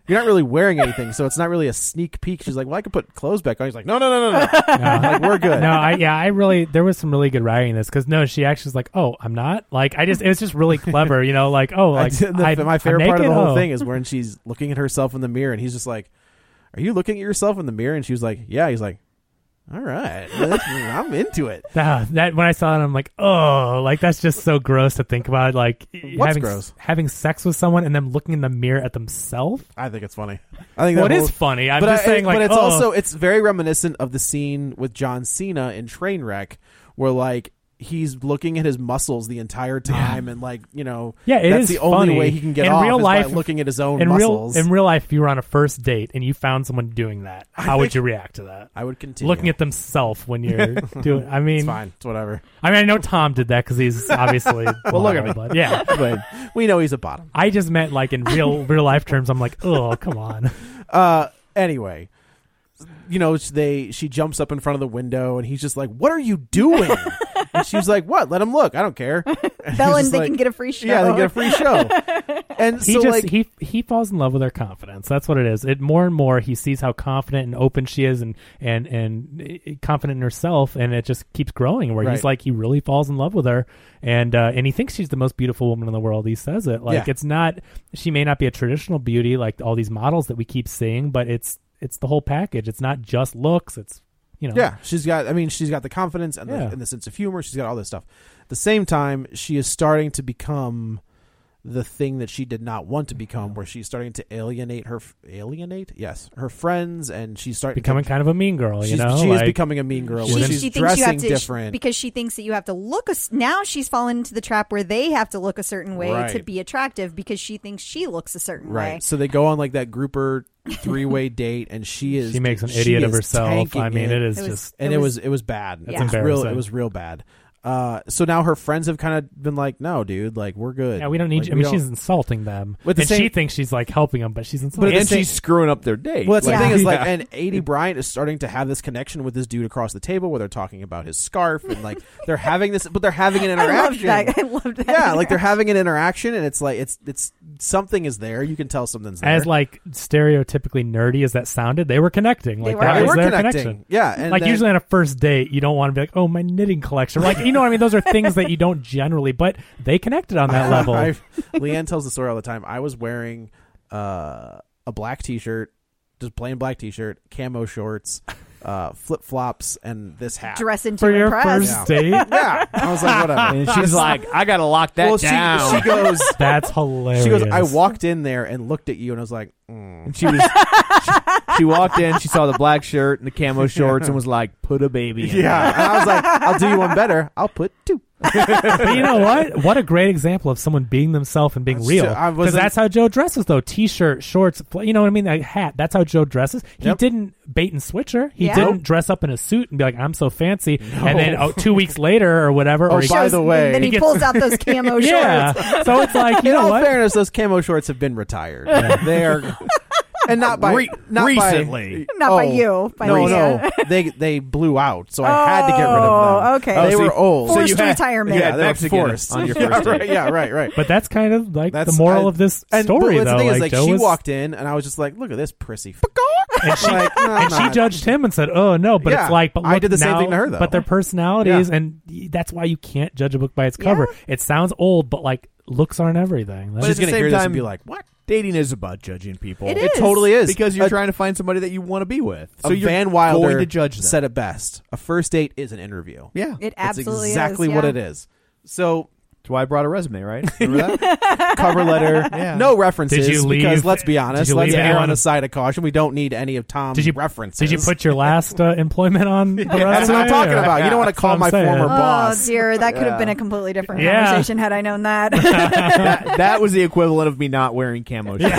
You're not really wearing anything, so it's not really a sneak peek. She's like, "Well, I could put clothes back on." He's like, "No, no, no, no, no. like, we're good." no, I yeah, I really there was some really good writing in this because no, she actually was like, oh, I'm not like I just it was just really clever, you know, like oh, I like did- the- I, my I'm favorite part of the naked, whole oh. thing is when she's looking at herself in the mirror and he's just like, "Are you looking at yourself in the mirror?" And she was like, "Yeah." He's like, "All right, That's- I'm into it." Ah, that when I saw it, I'm like, oh, like that's just so gross to think about. Like What's having gross? having sex with someone and them looking in the mirror at themselves. I think it's funny. I think Well, that it whole- is funny. I'm but just I- saying, like, but it's oh. also it's very reminiscent of the scene with John Cena in Trainwreck, where like. He's looking at his muscles the entire time, and like you know, Yeah, it that's is the only funny. way he can get In off real is by life- looking at his own in muscles. real in real life, if you were on a first date and you found someone doing that, how think- would you react to that? I would continue Looking at themselves when you're doing. I mean, It's fine, it's whatever. I mean, I know Tom did that because he's obviously. well, look at me. But yeah, But we know he's a bottom. I just meant like in real real life terms. I'm like, oh, come on. Uh, anyway, you know, it's- they she jumps up in front of the window and he's just like, "What are you doing?" and she's like, "What? Let him look. I don't care." And Bell he's and just they like- can get a free show. Yeah, they get a free show. and He so just like, he he falls in love with her confidence. That's what it is. It more and more he sees how confident and open she is, and and and eh, confident in herself, and it just keeps growing. Where Right. he's like, he really falls in love with her, and uh, and he thinks she's the most beautiful woman in the world. He says it like Yeah. it's not. She may not be a traditional beauty like all these models that we keep seeing, but it's it's the whole package. It's not just looks. It's you know. yeah, she's got. I mean, she's got the confidence and, Yeah. the, and the sense of humor. She's got all this stuff. At the same time, she is starting to become the thing that she did not want to become. Where she's starting to alienate her f- alienate. Yes, her friends, and she's starting Becoming To, kind of a mean girl, she's, you know. she is like- becoming a mean girl. She, where she she's thinks dressing you have to different. because she thinks that you have to look. A, s- now she's fallen into the trap where they have to look a certain way to Right. be attractive because she thinks she looks a certain way. Right. So they go on like that grouper three way date, and she is she makes an idiot of is herself. tanking I mean, it is It was- just and it was it was bad. That's It was real. embarrassing. It was real bad. Uh, so now her friends have kind of been like, "No, dude, like we're good. Yeah, we don't need. Like, you. I we mean, don't- she's insulting them, But the and she same- thinks she's like helping them, but she's But insulting. then them. it's a- she's screwing up their date. Well, that's Yeah. the thing is like, Yeah. and AD Bryant is starting to have this connection with this dude across the table where they're talking about his scarf and like they're having this, but they're having an I loved interaction. that. I loved that. yeah, like they're having an interaction, and it's like it's it's something is there. You can tell something's there. as like stereotypically nerdy as that sounded, they were connecting. Like were. that They was were their connecting. connection. Yeah, and like then- usually on a first date, you don't want to be like, "Oh, my knitting collection." Like you know, what I mean, those are things that you don't generally, but they connected on that level. I- Leanne tells the story all the time. I was wearing uh, a black T-shirt, just plain black T-shirt, camo shorts, uh, flip flops, and this hat. dress into For your impress. first date, Yeah, I was like, whatever. And she's like, I gotta lock that well, she, down. she goes. that's hilarious. She goes. I walked in there and looked at you, and I was like, mm. And she was she, she walked in, she saw the black shirt and the camo shorts and was like, put a baby in. yeah. And I was like, I'll do you one better. I'll put two. But you know what? What a great example of someone being themselves and being That's real. true. I Because wasn't- that's how Joe dresses, though. T-shirt, shorts, pl- you know what I mean? A hat. That's how Joe dresses. He Yep. didn't bait and switch her. He Yeah. didn't dress up in a suit and be like, "I'm so fancy," and then oh, two weeks later or whatever. or Oh, he- by the way- then he, He gets- pulls out those camo yeah. shorts. so it's like you In know all what? fairness, those camo shorts have been retired. They are and not by Re- not by- Oh, recently. Not by you, by no, me. no, they they blew out, so I had to get rid of them. Oh, okay. they Oh, so were you- old. Forced you had- retirement. you had yeah, they were Mexican forced. on your yeah, first right, date. yeah, right, right. But that's kind of like That's the moral I- of this and- story, but though. The thing is, like, Joe she was, walked in, and I was just like, "Look at this prissy." f- and she, like, no, I'm and she not. judged him and said, "Oh no," but Yeah, it's like, but I look, did the same now- thing to her, though. But their personalities, Yeah. and y- that's why you can't judge a book by its cover. It sounds old, but like looks aren't everything. That's- But She's at the gonna same hear this time- and be like, "What?" Dating is about judging people. It It is. totally is Because you're A- trying to find somebody that you want to be with. So a you're Van Wilder going to judge them. said it best: "A first date is an interview." yeah. It That's absolutely exactly is, what yeah. it is. So That's why I brought a resume, right? Remember that? cover letter, Yeah. no references. Did you Because leave- let's be honest, you let's leave err anyone- on the side of caution. We don't need any of Tom's Did you- references. Did you put your last uh, employment on the resume? That's what I'm talking or- about. You don't want to what call I'm my saying. former Oh, Oh boss. dear, that could have been a completely different Yeah. conversation had I known that. that. That was the equivalent of me not wearing camo shorts.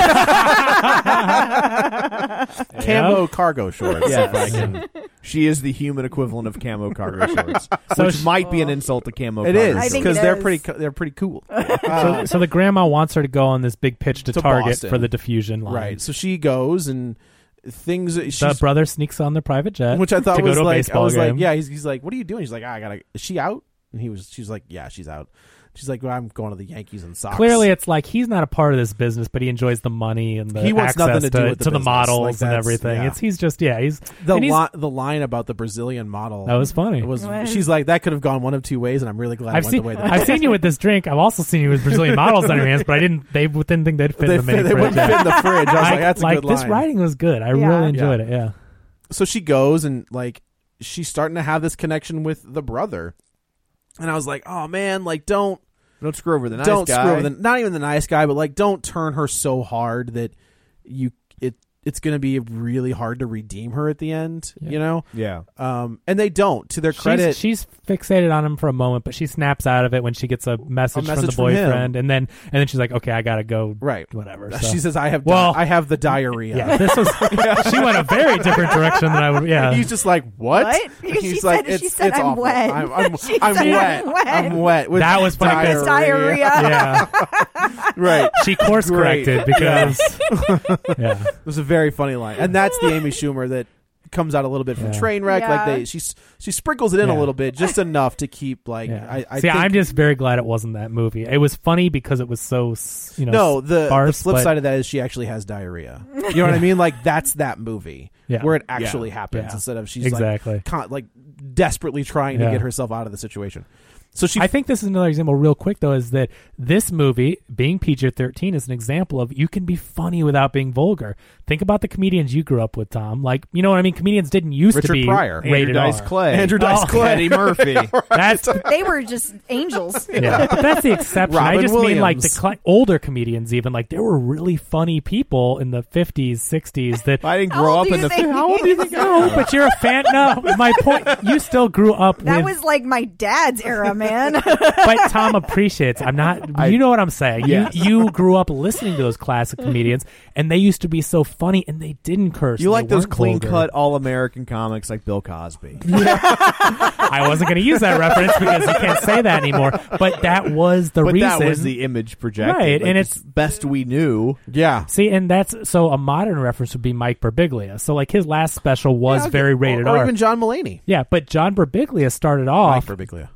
Oh, Camo cargo shorts. Yes. She is the human equivalent of camo cargo shorts, So which she- might be an insult to camo. It cargo is I shorts. think because it they're is. pretty co- they're pretty cool. So, so the grandma wants her to go on this big pitch to, To Target Boston. for the diffusion line. Right. So she goes and things The she's, brother sneaks on the private jet, which I to thought go was to a like I baseball was game. like yeah he's, he's like what are you doing? She's like "Ah, I gotta is she out? And he was she's like yeah she's out. She's like well, I'm going to the Yankees and Sox. Clearly, it's like he's not a part of this business, but he enjoys the money and the He wants access nothing to do with the to the business. Like, models and that's- everything. yeah. It's he's just yeah he's the and he's- li- the line about the Brazilian model That was funny. was What? she's like that could have gone one of two ways and I'm really glad it I've went seen the way that I've seen you with this drink. I've also seen you with Brazilian models on your hands, but I didn't. They didn't think they'd fit they, in the mini fit, they fridge. wouldn't fit in the fridge. I was I- like that's a good line. this writing was good. I Yeah. really enjoyed Yeah. it. Yeah. so she goes and like she's starting to have this connection with the brother. And I was like, "Oh man, like don't Don't screw over the nice don't guy. screw over the not even the nice guy, but like don't turn her so hard that you it it's going to be really hard to redeem her at the end, you know. yeah. Um, and they don't. To their credit, She's, she's fixated on him for a moment, but she snaps out of it when she gets a message, message from from the him. boyfriend, and then and then she's like, "Okay, I gotta go." right? Whatever. so. She says, "I have di- Well- I have the diarrhea." "Yeah, this was." she went a very different direction than I would. Yeah. And he's just like, "What?" What? Because He's she like, said- she "It's- said, it's "I'm awful. wet." I'm, I'm, She I'm said, wet. "I'm wet." I'm wet." with That was funny 'cause- diarrhea. It's diarrhea. yeah. right? She course Great. corrected because. yeah. It was a very funny line, and that's the Amy Schumer that comes out a little bit from Yeah. Trainwreck. Yeah. Like they, she she sprinkles it in Yeah. a little bit, just enough to keep like. Yeah. I, I See, think, I'm just very glad it wasn't that movie. It was funny because it was so s- you know no the, the sparse, flip but- side of that is she actually has diarrhea. You know what I mean? Like that's that movie Yeah. where it actually happens Yeah. instead of she's Exactly. like con- like desperately trying Yeah. to get herself out of the situation. So she I think this is another example, real quick though, is that this movie being PG thirteen is an example of you can be funny without being vulgar. Think about the comedians you grew up with, Tom. Like you know what I mean? Comedians didn't used to Richard be Pryor. Andrew rated Dice R. Clay. Andrew Dice Oh. Clay. Eddie Murphy. That's They were just angels. yeah, but that's the exception. I Robin just mean like the Williams. cl- older comedians, even like there were really funny people in the fifties, sixties that I didn't How grow old up do in you the. think How old he do you is? think? I No, but you're a fan. No, my point. You still grew up. That with, was like my dad's era, man. but Tom appreciates. I'm not. you know what I'm saying. Yes. You you grew up listening to those classic comedians, and they used to be so funny, and they didn't curse. You and like they those weren't clean vulgar. cut all American comics like Bill Cosby. I wasn't going to use that reference because you can't say that anymore. But that was the but reason. that was the image projected. Right, like, and just it's- best we knew. Yeah. See, and that's so a modern reference would be Mike Birbiglia. So like his last special was Yeah, okay. very rated or, or R. even John Mulaney. yeah, but John Birbiglia started off. Mike Birbiglia.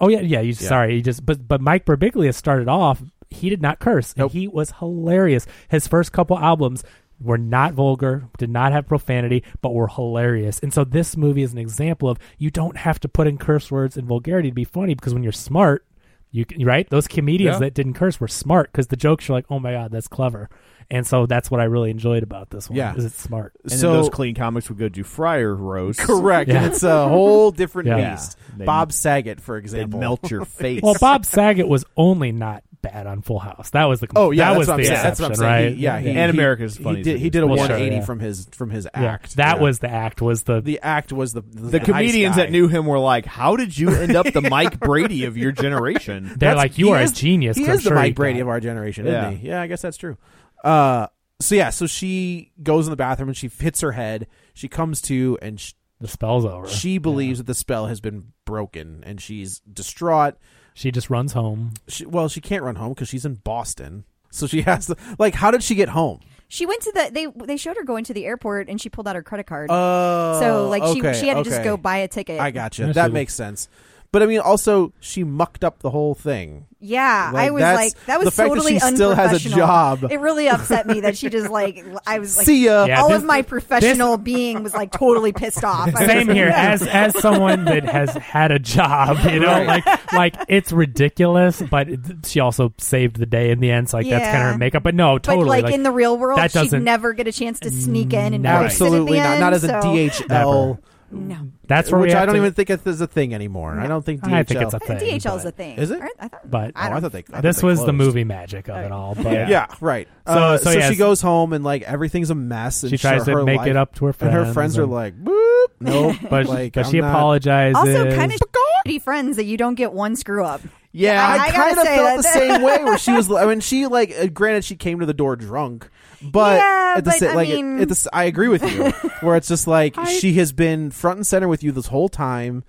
oh yeah, yeah. You sorry, you just but but Mike Birbiglia started off. He did not curse, Nope. and he was hilarious. His first couple albums were not vulgar, did not have profanity, but were hilarious. And so this movie is an example of you don't have to put in curse words and vulgarity to be funny because when you're smart, you can- right those comedians Yeah. that didn't curse were smart because the jokes are like, oh my god, that's clever. And so that's what I really enjoyed about this one. Yeah. is it's smart. And so then those clean comics would go do Friar roast. correct, Yeah. and it's a whole different Yeah. beast. They- Bob Saget, for They example, melt your face. Well, Bob Saget was only not bad on Full House. That was the Oh yeah, that that's was what I'm the saying. That's what I'm exception, saying. right? He, yeah, he, And he- America's he Funniest did, he did a Well, sure, 180 yeah. from his from his Yeah, act. that Yeah. was the act. Was the, the act was the the, the nice comedians guy. that knew him were like, "How did you end up the Mike Brady of your generation?" they're That's- like you he are is- a genius. He 'cause I'm is the sure Mike you Brady got of our generation, isn't Yeah. he? Yeah, I guess that's true. Uh, so yeah, so she goes in the bathroom and she hits her head. She comes to and sh- the spells over. She, she believes that the spell has been broken and she's distraught. just runs home. She, well, she can't run home because she's in Boston, so she has to. Like, how did she get home? she went to the they they showed her going to the airport and she pulled out her credit card. Oh, so like she okay, she had to just okay. go buy a ticket. I gotcha. Yeah, that she- makes sense. But I mean, also she mucked up the whole thing. Yeah, I Like, was that's- like, that was the fact that totally she still has a unprofessional. job. It really upset me that she just like I was like, See ya. Yeah, all this- of my professional being was like totally pissed off. I was Same like, here yeah. as as someone that has had a job, you know, Right. like like it's ridiculous, but it- she also saved the day in the end. So like that's kind of Yeah. her makeup. But no, But totally. like, in the real world, that she'd doesn't- never get a chance to sneak in and Right. fix it at the Absolutely not. end, Not as a so- DHL, No, that's where which we I have don't to- even think it is a thing anymore. I don't think DHL. I think it's a thing. DHL is but- a thing. Is it? aren't- I thought, But- I Oh, don't I thought they. I thought This they was the closed. movie magic of it all. But Yeah, right. So- uh, so so yes. she goes home and like everything's a mess. And She tries sure to her make life- it up to her and her friends friends are and- like, "Boop, no." but, like, but I'm she not- apologizes. Also, kind of shitty friends that you don't get one screw up. Yeah, I- I, I gotta kind of say felt that- the same way where she was. I mean, she like, uh, granted, she came to the door drunk, but Yeah, at the but sa- I like, it- mean- at the, s- I agree with you. where it's just like she has been front and center with you this whole time,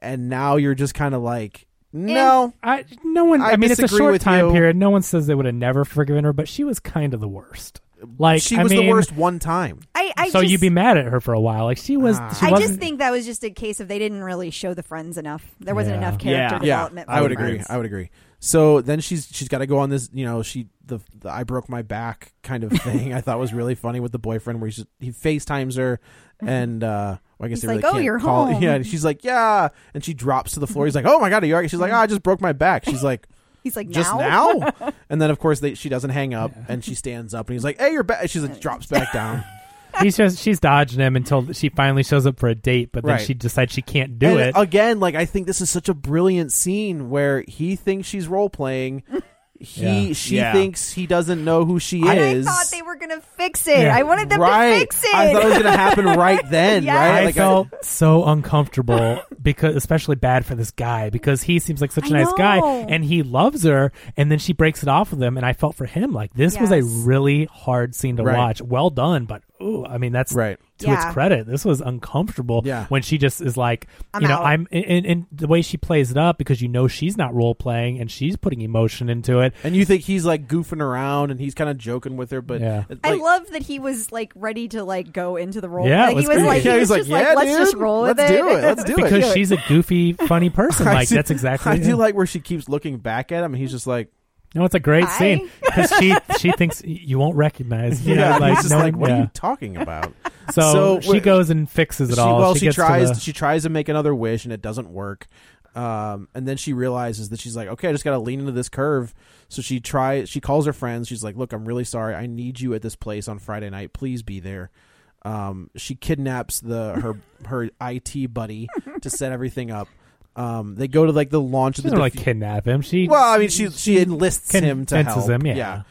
and now you're just kind of like, no, I no one. I, I mean, it's a disagree short with time you. period. No one says they would have never forgiven her, but she was kind of the worst. Like she I was mean, the worst one time. I, I so just, Ah. you'd be mad at her for a while. Like she was. she I just wasn't- think that was just a case of they didn't really show the friends enough. There wasn't Yeah. enough Yeah. character Yeah, development. for I would the agree. friends. I would agree. So then she's she's got to go on this. You know, she the, the I broke my back kind of thing. I thought was really funny with the boyfriend where he's just, he FaceTimes her and. uh well, I Mm-hmm. He's guess they like, really "Oh, can't you're call it." home. Yeah, and she's like, "Yeah," and she drops to the floor. He's like, "Oh my god, are you?" all right?" She's like, oh, "I just broke my back." She's like, He's like "Just now?" and then of course they, she doesn't hang up, and she stands up, and he's like, "Hey, you're back." She's like, drops back down. he's just she's dodging him until she finally shows up for a date, but then Right. she decides she can't do And oh, it. again. Like I think this is such a brilliant scene where he thinks she's role playing. He Yeah. she Yeah. thinks he doesn't know who she And I is. thought they were gonna fix it. Yeah. I wanted them right. to fix it. I thought it was gonna happen right then. Yeah. Right. I Like, felt so uncomfortable because, especially bad for this guy because he seems like such a I nice guy know. and he loves her, and then she breaks it off with him, and I felt for him like this was a Yes. really hard scene to Right. watch. Well done, but ooh, I mean that's Right. To Yeah. its credit, this was uncomfortable. Yeah. when she just is like, I'm you know, out. I'm and, and the way she plays it up because you know she's not role playing and she's putting emotion into it. and you think he's like goofing around and he's kind of joking with her, but Yeah. like, I love that he was like ready to like go into the role. Yeah, it like, was he was great. like, Yeah, he he's was like, just "Yeah, like, let's dude, just roll with let's it. do it, let's do it." Because Yeah. she's a goofy, funny person. I Like do- that's exactly. I it. do like where she keeps looking back at him, and he's just like, No, it's a great Hi. scene because she she thinks you won't recognize. You yeah, know, and like, he's just no like, one- what are yeah. you talking about? So, So, she wh- goes and fixes it She- all. well, she, she, gets to tries. the- She tries to make another wish, and it doesn't work. Um, and then she realizes that she's like, okay, I just got to lean into this curve. So she tries. She calls her friends. She's like, look, I'm really sorry. I need you at this place on Friday night. Please be there. Um, she kidnaps the her her IT buddy to set everything up. Um, they go to like the launch she of the doesn't really diffu- kidnap him. She well, I mean, she she enlists Convinces him to help. him, yeah. yeah.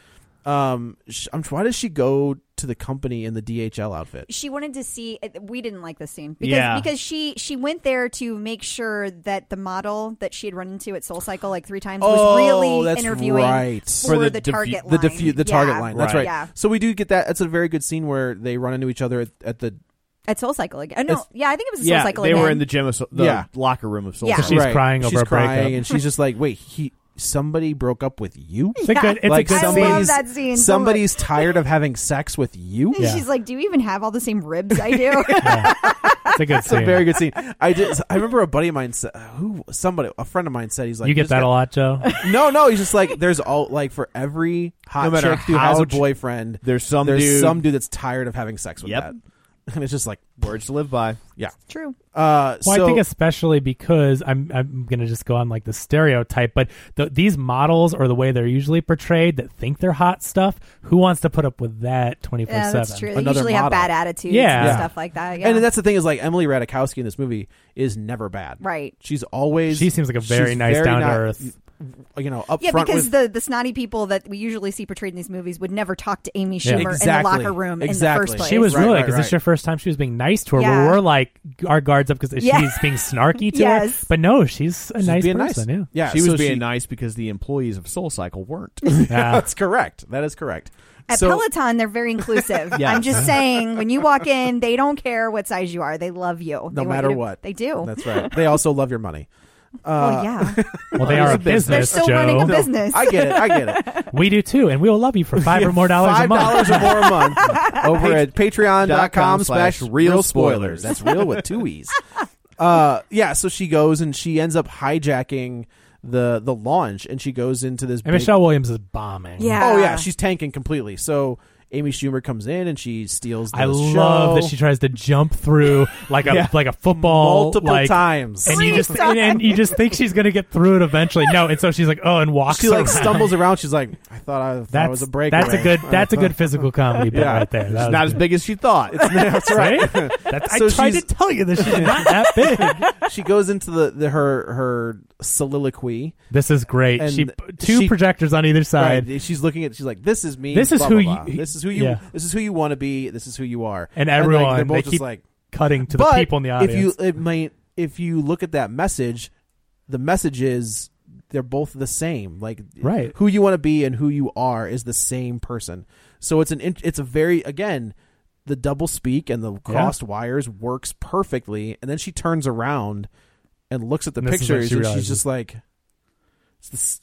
Um, sh- I'm, why does she go to the company in the DHL outfit? she wanted to see we didn't like this scene because Yeah. because she she went there to make sure that the model that she had run into at Soul Cycle like three times was Oh, really that's interviewing right. for, For the, the defu- target The line. diffu- the target Yeah. line. That's right. Right. Yeah. So we do get that. That's a very good scene where they run into each other at, at the. At Soul Cycle again. Oh, no, It's- yeah, I think it was a Soul yeah, Cycle they again. were in the gym, of, Soul- the Yeah. locker room of Soul. Yeah. Cycle. She's crying over she's a breaking. crying, breakup. and she's just like, "Wait, he somebody broke up with you." It's a good- it's a like good scene. somebody's, I love that scene so Somebody's tired of having sex with you. And She's like, "Do you even have all the same ribs I do?" It's a good It's a scene. very good scene. I did. I remember a buddy of mine said, "Who? Somebody, a friend of mine said he's like, you get "Just that a lot, Joe. No, no. He's just like, there's all like for every hot No matter chick who has how a ch- boyfriend, There's some there's dude. some dude that's tired of having sex with Yep. that, and it's just like, words to live by. yeah. True. Uh, Well, so I think especially because I'm I'm gonna just go on like the stereotype, but the, these models or the way they're usually portrayed that think they're hot stuff. Who wants to put up with that twenty four Yeah, that's true. seven? They Another usually have model. bad attitudes Yeah. and Yeah. stuff like that. Yeah. and that's the thing is like Emily Radikowski in this movie is never bad. Right. She's always She seems like a very she's nice, very down to not- earth. You know, up yeah, front because with, the, the snotty people that we usually see portrayed in these movies would never talk to Amy Yeah. Schumer Exactly. in the locker room Exactly. in the first place. She was Right, really right, because right. it's your first time she was being nice to her. Yeah. Where we're like our guards up because Yeah. she's being snarky to Yes. her. But no, she's a she's nice being person. nice. Yeah. yeah. she was so being nice because the employees of Soul Cycle weren't. Yeah. That's correct. That is correct. At so Peloton, they're very inclusive. I'm just saying, when you walk in, they don't care what size you are. They love you. They no want matter you to- what, They do. That's right. They also love your money. oh, yeah. well, they are a They're business, still running Joe. a business. I get it. I get it. we do too, and we will love you for five or more dollars a five month. dollars or more a month over at patreon.com com slash slash real real spoilers spoilers. that's real with two e's uh yeah so she goes and she ends up hijacking the the launch and she goes into this And big- Michelle Williams is bombing. Yeah. oh yeah she's tanking completely so amy schumer comes in and she steals the I show love that she tries to jump through like a Yeah. like a football multiple like, times And you Three just and, and you just think she's gonna get through it eventually. No, and so she's like, oh, and walks. she around. like stumbles around she's like i thought i, thought I That's was a break That's a good. That's a good physical comedy bit right there. That It's was not as good. big as she thought. That's right. That's, So I tried she's- to tell you this. She's not that big. she goes into the, the her her soliloquy This is great. And she two she- projectors on either side. Right. She's looking at. She's like, "This is me. This is blah, who blah, blah. you- This is who you. yeah. This is who you want to be. This is who you are." And like, everyone, they're both they just keep- like, Cutting to the but people in the audience. If you it might, if you look at that message, the message is they're both the same. Like, Right. Who you want to be and who you are is the same person. So it's an. in- It's a very again. The double speak and the crossed wires works perfectly, and then she turns around and looks at the And this is when pictures, she and she's realizes. just like, "It's this,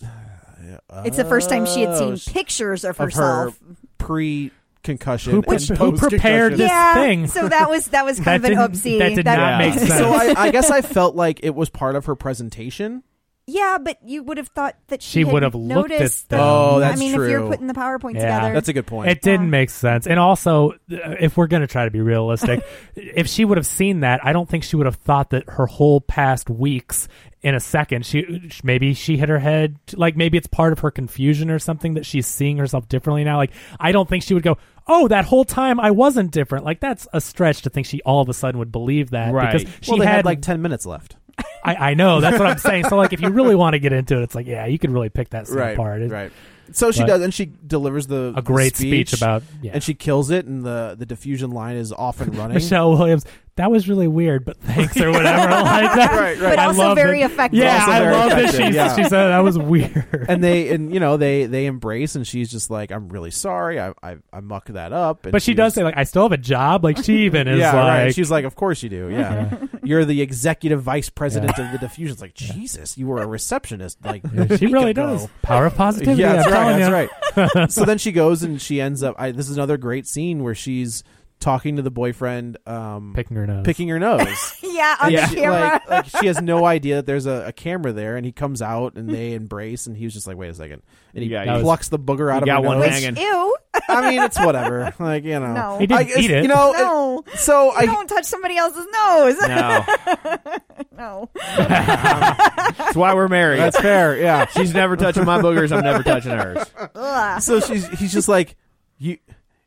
it's the first time she had Oh, seen she- pictures of of her herself. pre-concussion Who and pre- who post-concussion. prepared this yeah. thing. So that was that was kind That of an didn't- oopsie. that did not make sense. so I, I guess I felt like it was part of her presentation. Yeah, but you would have thought that she, She had would have looked at noticed them. that- Oh, I that's mean, if you're true. putting the PowerPoint Yeah. together, That's a good point. It didn't make sense. And also, uh, if we're going to try to be realistic, if she would have seen that, I don't think she would have thought that her whole past weeks in a second, she maybe she hit her head, like maybe it's part of her confusion or something that she's seeing herself differently now. Like, I don't think she would go, Oh, that whole time I wasn't different. Like, that's a stretch to think she all of a sudden would believe that. Right. Because she well, they had, had like ten minutes left. I, I know. That's what I'm saying. So, like, if you really want to get into it, it's like, yeah, you could really pick that scene apart. It- right. So she but- does, and she delivers the A great the speech, speech about- yeah. and she kills it, and the the diffusion line is off and running. Michelle Williams. That was really weird, but thanks or whatever. like that. Right, right. but I also love that- very effective. Yeah, Also I very love that effective, she, yeah. she said that was weird. And they and you know they they embrace, and she's just like, "I'm really sorry, I I, I mucked that up." And But she does was- say like, "I still have a job." Like she even is yeah, like, right. She's like, "Of course you do." Yeah, you're the executive vice president of the diffusion. It's like, Jesus, you were a receptionist. Like, a she week really ago. does power of positivity. Yeah, I'm that's telling ya. right. That's right. so then she goes and she ends up. I, this is another great scene where she's talking to the boyfriend, um, Picking her nose. picking her nose. yeah, on And the she, camera. like, like, she has no idea that there's a, a camera there, and he comes out and they embrace, and he was just like, "Wait a second. and he Yeah, he- plucks the booger out he of got her one nose. hanging. Which, ew, I mean, it's whatever. Like you know, No. He I didn't guess- eat it. You know, No. it- so I don't touch somebody else's nose. No, no. that's why we're married. that's fair. Yeah. She's never touching my boogers. I'm never touching hers. Ugh. So she's he's just like you.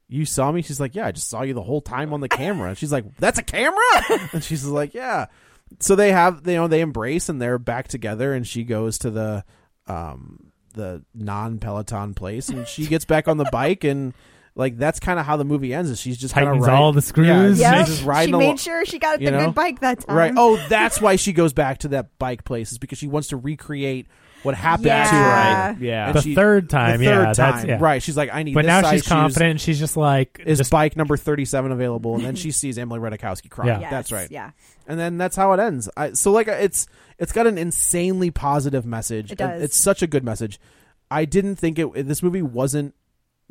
You saw me? She's like, yeah, I just saw you the whole time on the camera. And she's like, that's a camera? And she's like, yeah. So they have, you know, they embrace and they're back together. And she goes to the, um, the non Peloton place, and she gets back on the bike, and like that's kind of how the movie ends. Is she's just kind of Tightens all the screws. Yeah, Yep. she's just riding she made along- sure she got the you know? good bike that time. Right. Oh, that's why she goes back to that bike place is because she wants to recreate what happened to Yeah. her. Right. Yeah. And The she- third time, the yeah, third time. that's- yeah. Right. She's like, I need. But this now size she's shoes. confident. and She's just like, Is just- bike number thirty-seven available? And then she sees Emily Redikowski crying. Yes, That's right. Yeah. And then that's how it ends. I, so like, it's it's got an insanely positive message. It does. It's such a good message. I didn't think it. This movie wasn't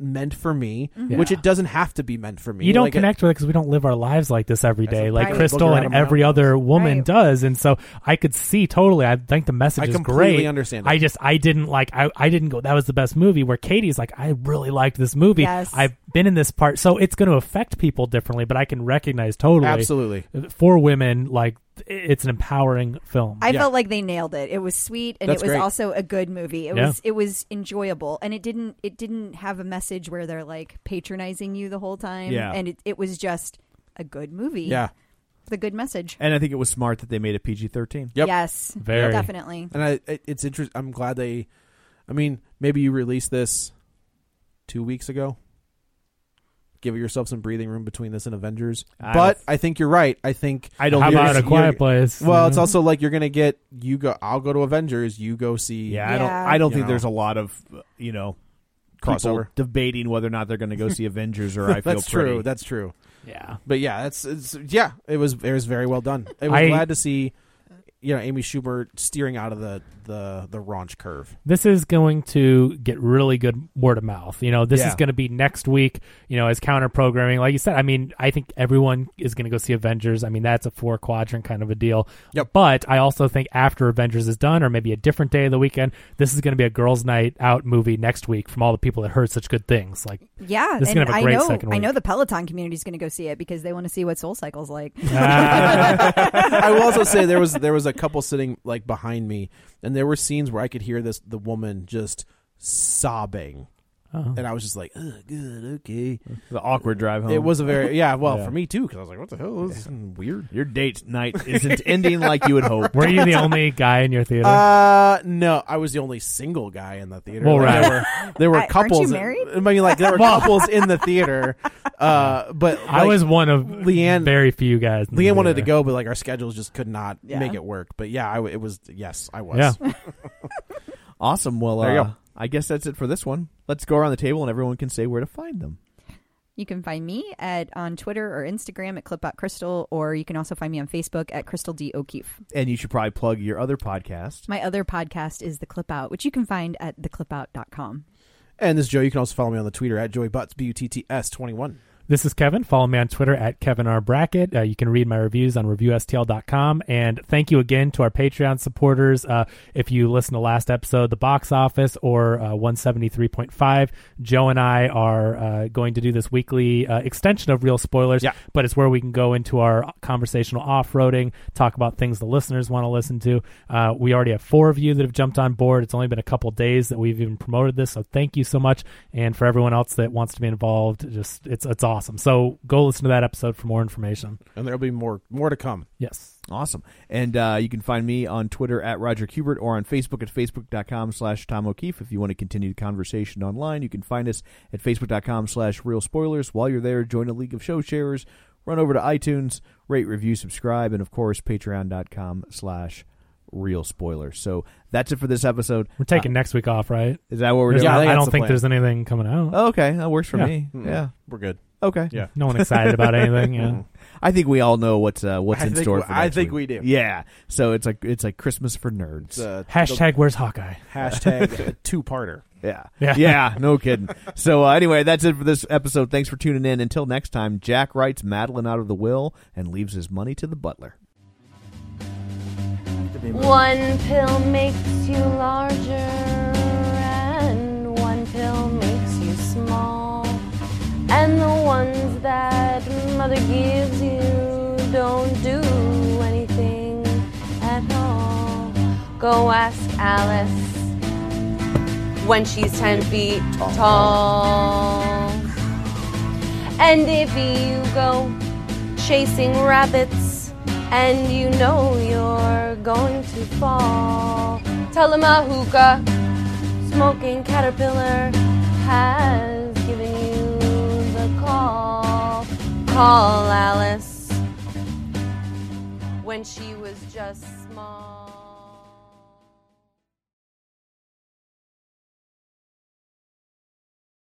meant for me, which Mm-hmm. Yeah. it doesn't have to be meant for me. you don't Like, it- connect with it because we don't live our lives like this every That's day, what like Right. Crystal Booger and Adam every Brown other woman Right. does. And so I could see totally. I think the message I is completely great. understand it. I just I didn't like. I I didn't go. That was the best movie. Where Katie's like, I really liked this movie. Yes. I've been in this part, so it's going to affect people differently. But I can recognize totally. Absolutely. For women, like it's an empowering film. I Yeah. felt like they nailed it. It was sweet and That's it was great. also a good movie. It Yeah. was it was enjoyable and it didn't it didn't have a message where they're like patronizing you the whole time. Yeah. And it, it was just a good movie. Yeah. The good message. And I think it was smart that they made it PG 13. Yep. Yes. Very. Definitely. And I, it, it's interesting. I'm glad they. I mean, maybe you released this two weeks ago. Give yourself some breathing room between this and Avengers. I but don't- I think you're right. I think. I don't How think about a it's- quiet you're- place? Well, Mm-hmm. it's You know? also like you're gonna get you go. I'll go to Avengers. You go see. Yeah, Yeah. I don't. I don't You think know. there's a lot of uh, you know people Crossover. debating whether or not they're going to go see Avengers or I feel that's pretty. true. That's true. yeah. But yeah, that's it's yeah. It was it was very well done. I was I- glad to see, you know, Amy Schumer steering out of the the the raunch curve. this is going to get really good word of mouth. You know, this Yeah. is going to be next week, you know, as counter programming. Like you said, I mean, I think everyone is going to go see Avengers. I mean, that's a four quadrant kind of a deal. Yep. But I also think after Avengers is done, or maybe a different day of the weekend, this is going to be a girls' night out movie next week from all the people that heard such good things. Like, Yeah. This is and gonna have a great I know second I week. know the Peloton community is gonna go see it because they want to see what Soul Cycle's like. Ah. I will also say there was there was a couple sitting like behind me, and there were scenes where I could hear this the woman just sobbing, oh, and I was just like, Ugh, "Good, okay." The awkward drive home. It was a very yeah. Well, Oh. Yeah. for me too, because I was like, "What the hell? This is weird." your date night isn't ending like you would hope. were you the only guy in your theater? Uh, no, I was the only single guy in the theater. Well, Like, right. There were, there were I- aren't you couples. married? I mean, like there were couples in the theater. Uh, but I like, was one of Leanne- very few guys. in the Leanne wanted to theater. go, but like our schedules just could not Yeah. make it work. But yeah, I w it was yes, I was. Yeah. Awesome. Well, There you uh, go. I guess that's it for this one. Let's go around the table and everyone can say where to find them. You can find me at on Twitter or Instagram at clip.crystal, or you can also find me on Facebook at Crystal D O'Keefe. And you should probably plug your other podcast. My other podcast is The Clip Out, which you can find at theclipout.com. And this is Joe. You can also follow me on the Twitter at Joey Butts B U T T S twenty one. This is Kevin. Follow me on Twitter at Kevin R. Brackett. Uh, you can read my reviews on reviewstl.com. And thank you again to our Patreon supporters. Uh, if you listen to last episode, The Box Office or uh, 173.5, Joe and I are uh, going to do this weekly uh, extension of Real Spoilers, Yeah. but it's where we can go into our conversational off roading, talk about things the listeners want to listen to. Uh, we already have four of you that have jumped on board. It's only been a couple days that we've even promoted this, so thank you so much. And for everyone else that wants to be involved, just it's it's awesome. So go listen to that episode for more information. And there'll be more more to come. Yes. Awesome. And uh, you can find me on Twitter at Roger Kubert or on Facebook at Facebook.com slash Tom O'Keefe. If you want to continue the conversation online, you can find us at Facebook.com slash Real Spoilers. While you're there, join a league of show sharers. Run over to iTunes, rate, review, subscribe, and of course, Patreon.com slash Real Spoilers. So that's it for this episode. We're taking next week off, right? Uh, is that what we're There's doing? not- I I think that's don't the think plan. there's anything coming out. Oh, okay, that works for Yeah. me. Mm-mm. Yeah. We're good. Okay. Mm-hmm. Yeah. No one excited about anything. Yeah. Mm. I think we all know what's uh, what's I in think store we- for I next think week. we do. Yeah. So it's like it's like Christmas for nerds. It's, uh, Hashtag where's Hawkeye? the hashtag two parter. Yeah. Yeah. no kidding. so, uh, anyway, that's it for this episode. Thanks for tuning in. Until next time, Jack writes Madeline out of the will and leaves his money to the butler. One pill makes you larger, and one pill makes you small. And the ones that mother gives you don't do anything at all. Go ask Alice when she's 10 feet tall. And if you go chasing rabbits, and you know you're going to fall. Tell 'em a hookah, smoke smoking caterpillar has given you the call. Call Alice when she was just small.